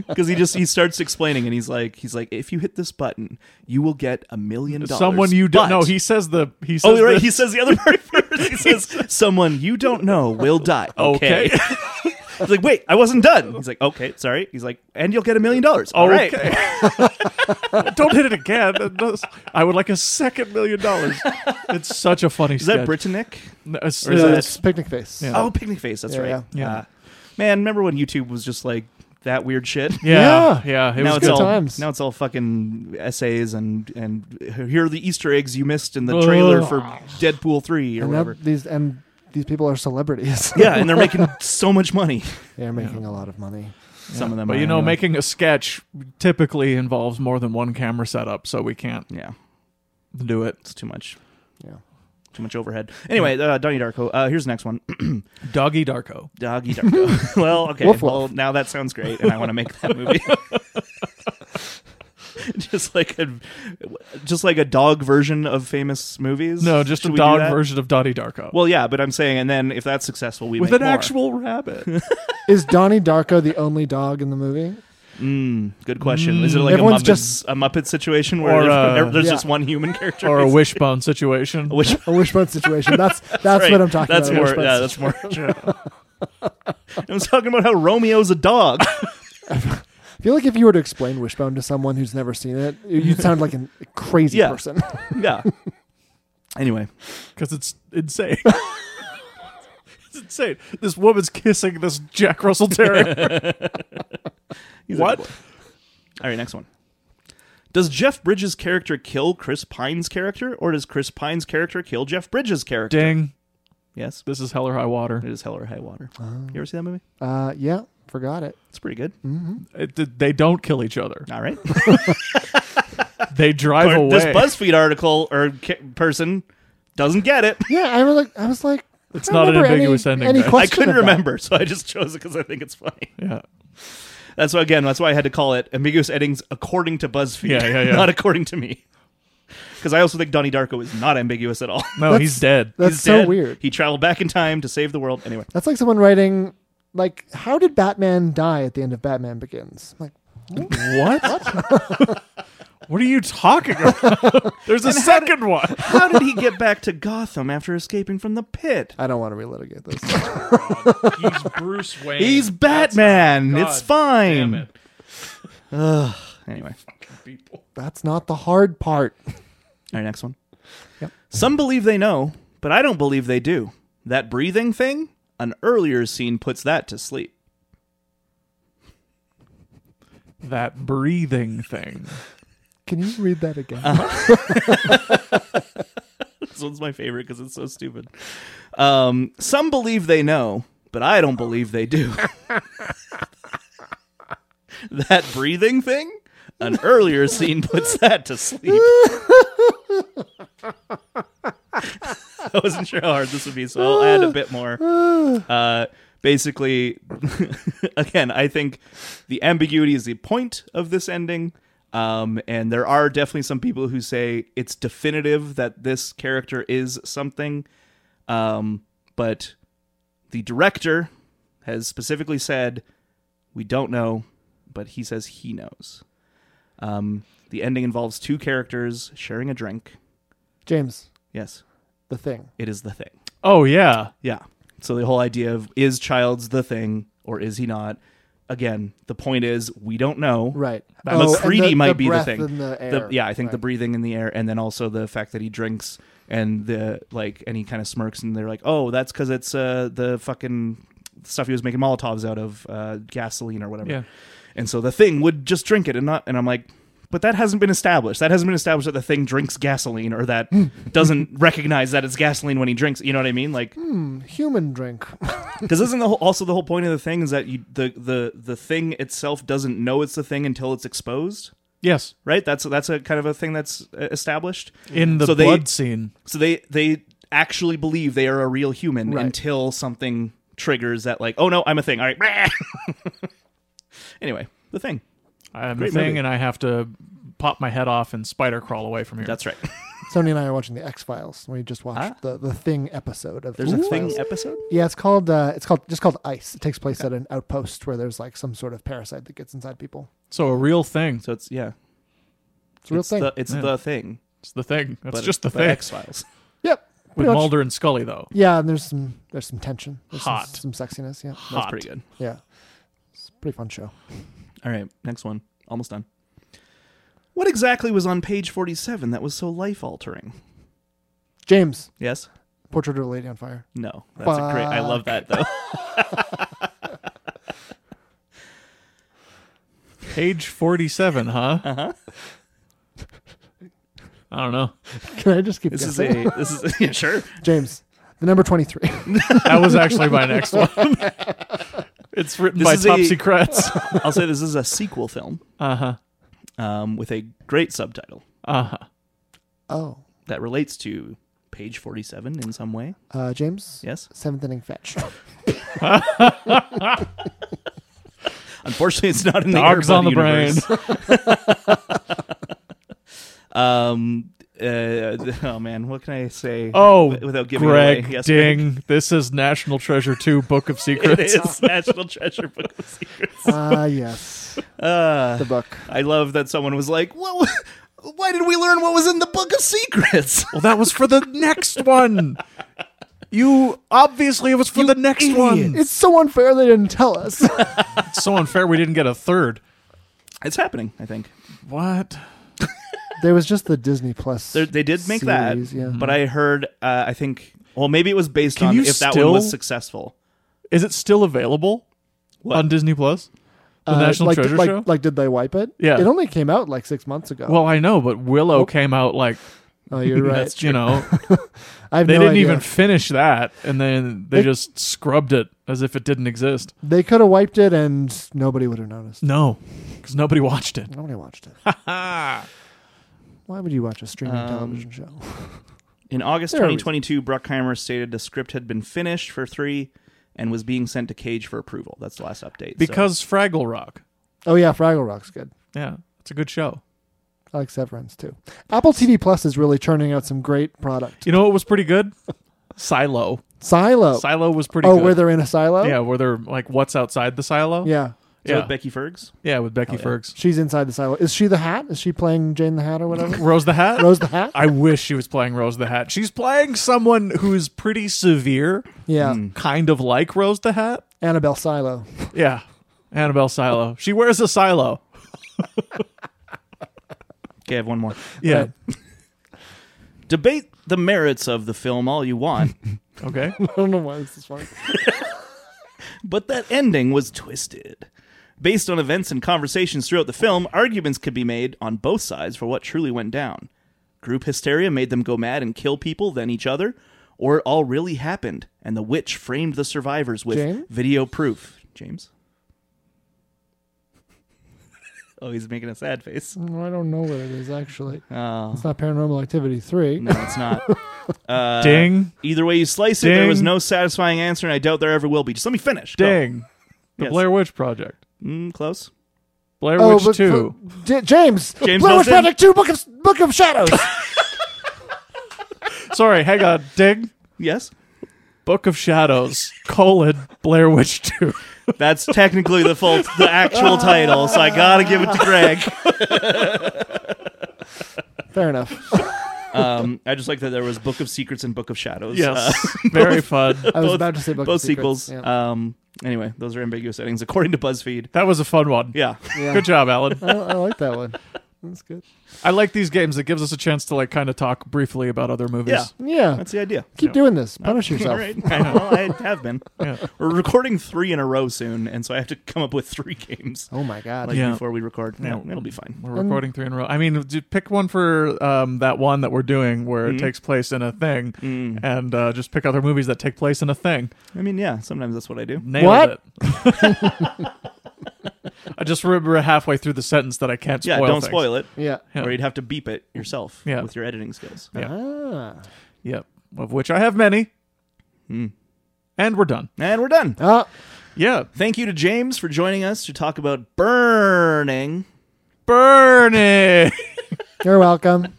because he just he starts explaining and he's like he's like if you hit this button you will get a million dollars
Someone you don't
but-
know. He says the he says
oh right
the-
he says the other part first he says someone you don't know will die okay,
okay.
he's like wait I wasn't done he's like okay sorry he's like and you'll get a million dollars all right
Okay. don't hit it again. It does- I would like a second million dollars. It's such a funny
is
sketch.
that Britannic
No, it's-
Or is
No,
it-
it's picnic face.
Yeah.
oh Picnic Face that's
Yeah,
right
yeah. Yeah.
Uh, man remember when YouTube was just like that weird shit
yeah, yeah. It
now
was
it's
good.
all
times.
now it's all fucking essays and and here are the Easter eggs you missed in the trailer
Ugh.
for Deadpool three or
And now
whatever.
these and these people are celebrities.
yeah, and they're making so much money.
They're making a lot of money.
Some of them,
But
are,
you know,
anyway.
making a sketch typically involves more than one camera setup, so we can't
yeah,
do it.
it's too much,
Yeah.
too much overhead. Anyway, uh, Donnie Darko. Uh, here's the next one,
Doggy Darko.
Doggy Darko. well, okay,
Woof woof.
well now that sounds great, and I want to make that movie. just like a, just like a dog version of famous movies.
No, just
Should
a
we do
dog
that?
version of Doggy Darko.
Well, yeah, but I'm saying, and then if that's successful, we
with
make
an
more.
actual rabbit.
Is Donnie Darko the only dog in the movie?
Mm, good question. Is it like a
Everyone's
Muppet,
just-
a Muppet situation where
Or,
everyone-
uh,
there's
yeah.
just one human character
or a
who's-
wishbone situation.
which
A wishbone situation. That's that's,
right.
what I'm talking
that's
about. a
More,
wishbone
yeah, that's more. I was talking about how Romeo's a dog.
I feel like if you were to explain Wishbone to someone who's never seen it, you'd sound like a crazy
Yeah.
person.
yeah. Anyway,
because it's insane. it's insane. This woman's kissing this Jack Russell Terrier.
he's a
what?
good boy. All right, next one. Does Jeff Bridges' character kill Chris Pine's character, or does Chris Pine's character kill Jeff Bridges' character?
Ding!
yes,
This is hell or high water.
it is Hell or High Water.
Oh.
You ever see that movie?
Uh, yeah, forgot it.
It's pretty good.
Mm-hmm.
It- they don't kill each other.
All right.
They drive away.
This BuzzFeed article or ki- person doesn't get it.
Yeah, I was like, I was like,
It's
I
not an
remember any-
ambiguous ending,
Any
guys. I
I
question
couldn't
of that.
remember, so I just chose it because I think it's funny.
yeah.
That's why again. That's why I had to call it ambiguous endings according to BuzzFeed,
Yeah, yeah, yeah.
not according to me. Because I also think Donnie Darko is not ambiguous at all.
No,
That's-
he's dead.
That's
He's
so
dead.
weird.
He traveled back in time to save the world. Anyway,
That's like someone writing, like, how did Batman die at the end of Batman Begins? I'm like,
What? what are you talking about? There's a second one.
how did he get back to Gotham after escaping from the pit?
I don't want to relitigate this.
He's Bruce Wayne.
He's Batman.
God
It's fine.
damn it.
Ugh. Anyway,
people.
That's not the hard part.
all right, next one.
Yep.
Some believe they know, but I don't believe they do. That breathing thing. An earlier scene puts that to sleep.
that breathing thing.
Can you read that again?
Uh-huh. This one's my favorite because it's so stupid. Um, some believe they know, but I don't believe they do. that breathing thing? An earlier scene puts that to sleep. I wasn't sure how hard this would be, so I'll add a bit more. Uh, basically, again, I think the ambiguity is the point of this ending. Um, and there are definitely some people who say it's definitive that this character is something. Um, but the director has specifically said, we don't know, but he says he knows. Um, the ending involves two characters sharing a drink.
James,
Yes,
the thing.
it is the thing.
Oh yeah.
Yeah. So the whole idea of is Childs the thing or is he not? Again, the point is we don't know.
Right. Oh,
That McCready
and the-
might
the
be the
breath
thing.
in the
The-
air.
yeah, I think the
Right.
breathing in the air, and then also the fact that he drinks and the like, and he kind of smirks, and they're like, "Oh, that's because it's uh, the fucking stuff he was making Molotovs out of, uh, gasoline or whatever."
Yeah.
And so the thing would just drink it, and not. And I'm like, but that hasn't been established. That hasn't been established that the thing drinks gasoline or that doesn't recognize that it's gasoline when he drinks. You know what I mean? Like,
Human drink.
because isn't the whole, also the whole point of the thing is that you the the the thing itself doesn't know it's the thing until it's exposed,
Yes.
right? That's that's a kind of a thing that's uh, established.
In the
So they-
blood scene.
So they they actually believe they are a real human
Right.
until something triggers that like, oh no, I'm a thing. All right. anyway, the thing.
I'm
Great
a thing
movie.
and I have to pop my head off and spider crawl away from here.
That's right.
Sony and I are watching the X Files. We just watched
Huh?
the, the thing episode of
Ah. There's a
X
thing
Files.
episode.
Yeah, it's called uh, it's called just called Ice. It takes place at an outpost where there's like some sort of parasite that gets inside people.
So a real thing.
So it's yeah,
It's a real
it's
thing.
The, it's
Yeah.
the thing.
It's the thing. That's
but-
just the
but
thing.
X Files.
Yep.
With
pretty much.
Mulder and Scully though.
Yeah, and there's some there's some tension. There's some-
Hot.
Some, sexiness. Yeah.
That's
Hot.
pretty good.
Yeah. It's a pretty fun show.
All right, next one. Almost done. What exactly was on page 47 that was so life altering?
James,
Yes?
Portrait of a Lady on Fire.
No. That's a great. I love that though.
Page 47, huh? Uh-huh. I don't know.
Can I just keep
This is
guessing?
a this is yeah, sure.
James, the number twenty three.
That was actually my next one. it's written
This
by
is
Top
a-
Secrets.
I'll say this is a sequel film
Uh-huh.
um, with a great subtitle
Uh-huh.
oh.
that relates to page 47 in some way.
Uh, James?
Yes.
Seventh inning fetch.
Unfortunately, it's not in the
Dogs
Air Bud
on the brain.
universe. um uh, oh man, what can I say?
Oh,
wi- without giving
Greg
away? Greg.
Ding. This is National Treasure 2 Book of
It
Secrets.
is National Treasure Book of Secrets.
Ah, yes.
Uh,
The book.
I love that someone was like, "What? wa- Why did we learn what was in the Book of Secrets?"
Well, that was for the next one. You obviously it was for the next one.
It's so unfair they didn't tell us.
It's so unfair we didn't get a third.
It's happening, I think.
What?
there was just the Disney Plus.
There, they did make
series,
that,
Yeah.
but I heard, uh, I think, well, maybe it was based
Can
on
you
if that one was
still-
successful.
Is it still available
What?
on Disney Plus? The
Uh,
National
like,
Treasure
like,
show?
Like, did they wipe it?
Yeah.
It only came out like six months ago.
well, I know, but Willow came out like
oh, you're right.
That's
you know
I have
they
no
didn't
idea.
even finish that, and then they
It-
just scrubbed it as if it didn't exist.
They could have wiped it and nobody would have noticed.
No, because nobody watched it.
Nobody watched it. Why would you watch a streaming
Um,
television show?
In August
There are
2022, Bruckheimer stated the script had been finished for three and was being sent to Cage for approval. That's the last update. so-
Because Fraggle Rock.
Oh yeah, Fraggle Rock's good.
Yeah, it's a good show.
I like Severance too. Apple TV Plus is really churning out some great product.
You know what was pretty good? Silo.
Silo.
Silo was pretty
oh,
good.
where they're in a silo.
Yeah, where they're like, what's outside the silo?
Yeah.
So
yeah,
Becky Fergs.
yeah with Becky
yeah.
Fergs.
She's inside the silo. Is she the Hat? Is she playing Jane the Hat or whatever?
Rose the Hat.
Rose the Hat.
I wish she was playing Rose the Hat. She's playing someone who's pretty severe, mm,
Yeah.
kind of like Rose the Hat.
Annabelle Silo.
Yeah, Annabelle Silo. She wears a silo.
Okay, I have one more.
Yeah.
Debate the merits of the film all you want,
Okay.
I don't know why this is funny.
but that ending was twisted. Based on events and conversations throughout the film, arguments could be made on both sides for what truly went down. Group hysteria made them go mad and kill people, then each other, or it all really happened, and the witch framed the survivors with
James?
video proof. James? oh, he's making a sad face.
Well, I don't know what it is actually.
Oh.
It's not Paranormal Activity three.
No, it's not. Uh,
Ding,
Either way you slice it, there
Ding.
was no satisfying answer, and I doubt there ever will be. Just let me finish. Go.
ding. The
Yes.
Blair Witch Project.
Mm, close.
Blair
Oh,
Witch
but-
Two.
but- J- James.
James
Blair Witch
Wilson.
Project Two. Book of Book of Shadows.
Sorry, hang on. Ding.
Yes.
Book of Shadows colon Blair Witch Two.
That's technically the full, the actual title, so I gotta give it to Greg.
Fair enough.
Um, I just like that there was Book of Secrets and Book of Shadows. Uh,
Yes, very fun.
I was
Both-
about to say Book
both
of Secrets.
sequels.
Yeah.
Um, anyway, those are ambiguous endings according to BuzzFeed.
That was a fun one.
Yeah.
Yeah.
Good job, Alan.
I, I like that one.
That's good.
I like these games. It gives us a chance to like kind of talk briefly about other
Yeah.
movies.
Yeah,
That's the idea.
keep doing this. Punish
All
yourself.
right. I, know, I have been.
Yeah.
We're recording three in a row soon, and so I have to come up with three games
Oh my God.
like
Yeah.
before we record. No,
Yeah.
it'll be fine.
We're recording three in a row. I mean, d- pick one for um, that one that we're doing where
Mm-hmm.
it takes place in a thing,
Mm.
and uh, just pick other movies that take place in a thing.
I mean, yeah, sometimes that's what I do.
Nailed
What?
it. I just remember halfway through the sentence that I can't
Yeah,
spoil.
don't
things.
spoil it.
Yeah.
Yeah.
Or you'd have to beep it yourself
Yeah.
with your editing skills.
Yeah.
Ah.
Yep, of which I have many.
Mm.
And we're done.
And we're done.
Ah.
Yeah,
Thank you to James for joining us to talk about burning.
burning.
You're welcome.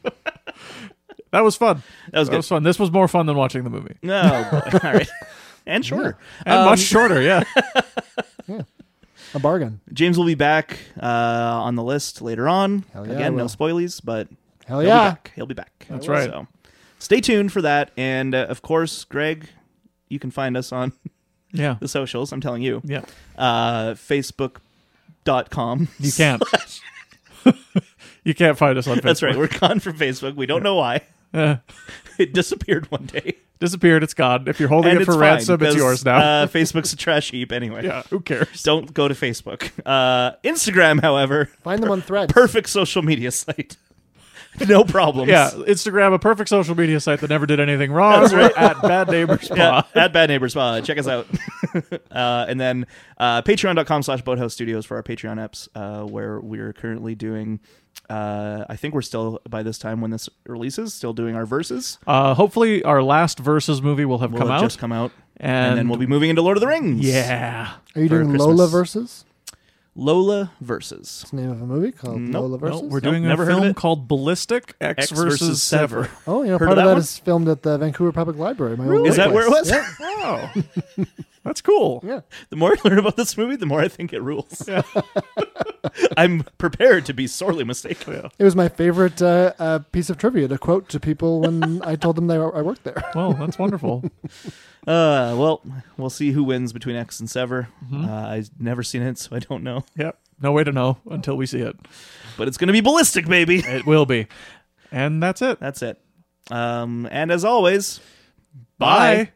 that was fun.
That was
That
good.
was fun. This was more fun than watching the movie,
No, all right. And Uh, shorter.
and much shorter. Yeah.
A bargain.
James will be back uh, on the list later on.
Hell yeah, I
Again, no
will.
spoilies, but
Hell
he'll be
yeah.
back. He'll be back.
That's right.
So stay tuned for that. And uh, of course, Greg, you can find us on
Yeah.
the socials. I'm telling you.
Yeah.
Uh, Facebook.com.
You can't. you can't find us on Facebook.
That's right. We're gone from Facebook. We don't know why.
Uh,
It disappeared one day.
disappeared. It's gone. If you're holding it for
fine,
ransom, it's
'cause,
yours now.
uh, Facebook's a trash heap anyway.
yeah. Who cares?
Don't go to Facebook. Uh, Instagram, however,
Find them on Threads.
perfect social media site. No problems.
Yeah. Instagram, a perfect social media site that never did anything wrong. We're At Bad Neighbors
Yeah,
Pod.
at Uh, Bad Neighbors Spa. Check us out. uh, and then uh, patreon.com slash boathouse studios for our Patreon apps, uh, where we're currently doing, uh, I think we're still, by this time when this releases, still doing our verses.
Uh, hopefully, our last Versus movie will have
Will
come
have
out.
just come out.
and,
And then we'll be moving into Lord of the Rings.
Yeah.
Are you
for
doing
Christmas.
Lola versus?
Lola versus.
It's the name of a movie called
Nope.
Lola
No,
versus.
we're doing
never
a
heard of
film
it.
called Ballistic
X
X,
versus Sever.
oh, you
Heard
know,
of
part of
that
that
one?
is filmed at the Vancouver Public Library. My old
Is that where it
workplace.
was?
Yeah.
Oh. That's cool.
Yeah.
The more I learn about this movie, the more I think it rules. I'm prepared to be sorely mistaken.
It was my favorite uh, uh, piece of trivia to quote to people when I told them that I worked there.
Well, that's wonderful.
Uh, well, we'll see who wins between X and Sever.
Mm-hmm.
Uh, I've never seen it, so I don't know.
yep. No way to know until we see it.
But it's going to be ballistic, baby.
It will be. And that's it.
That's it. Um, and as always,
Bye.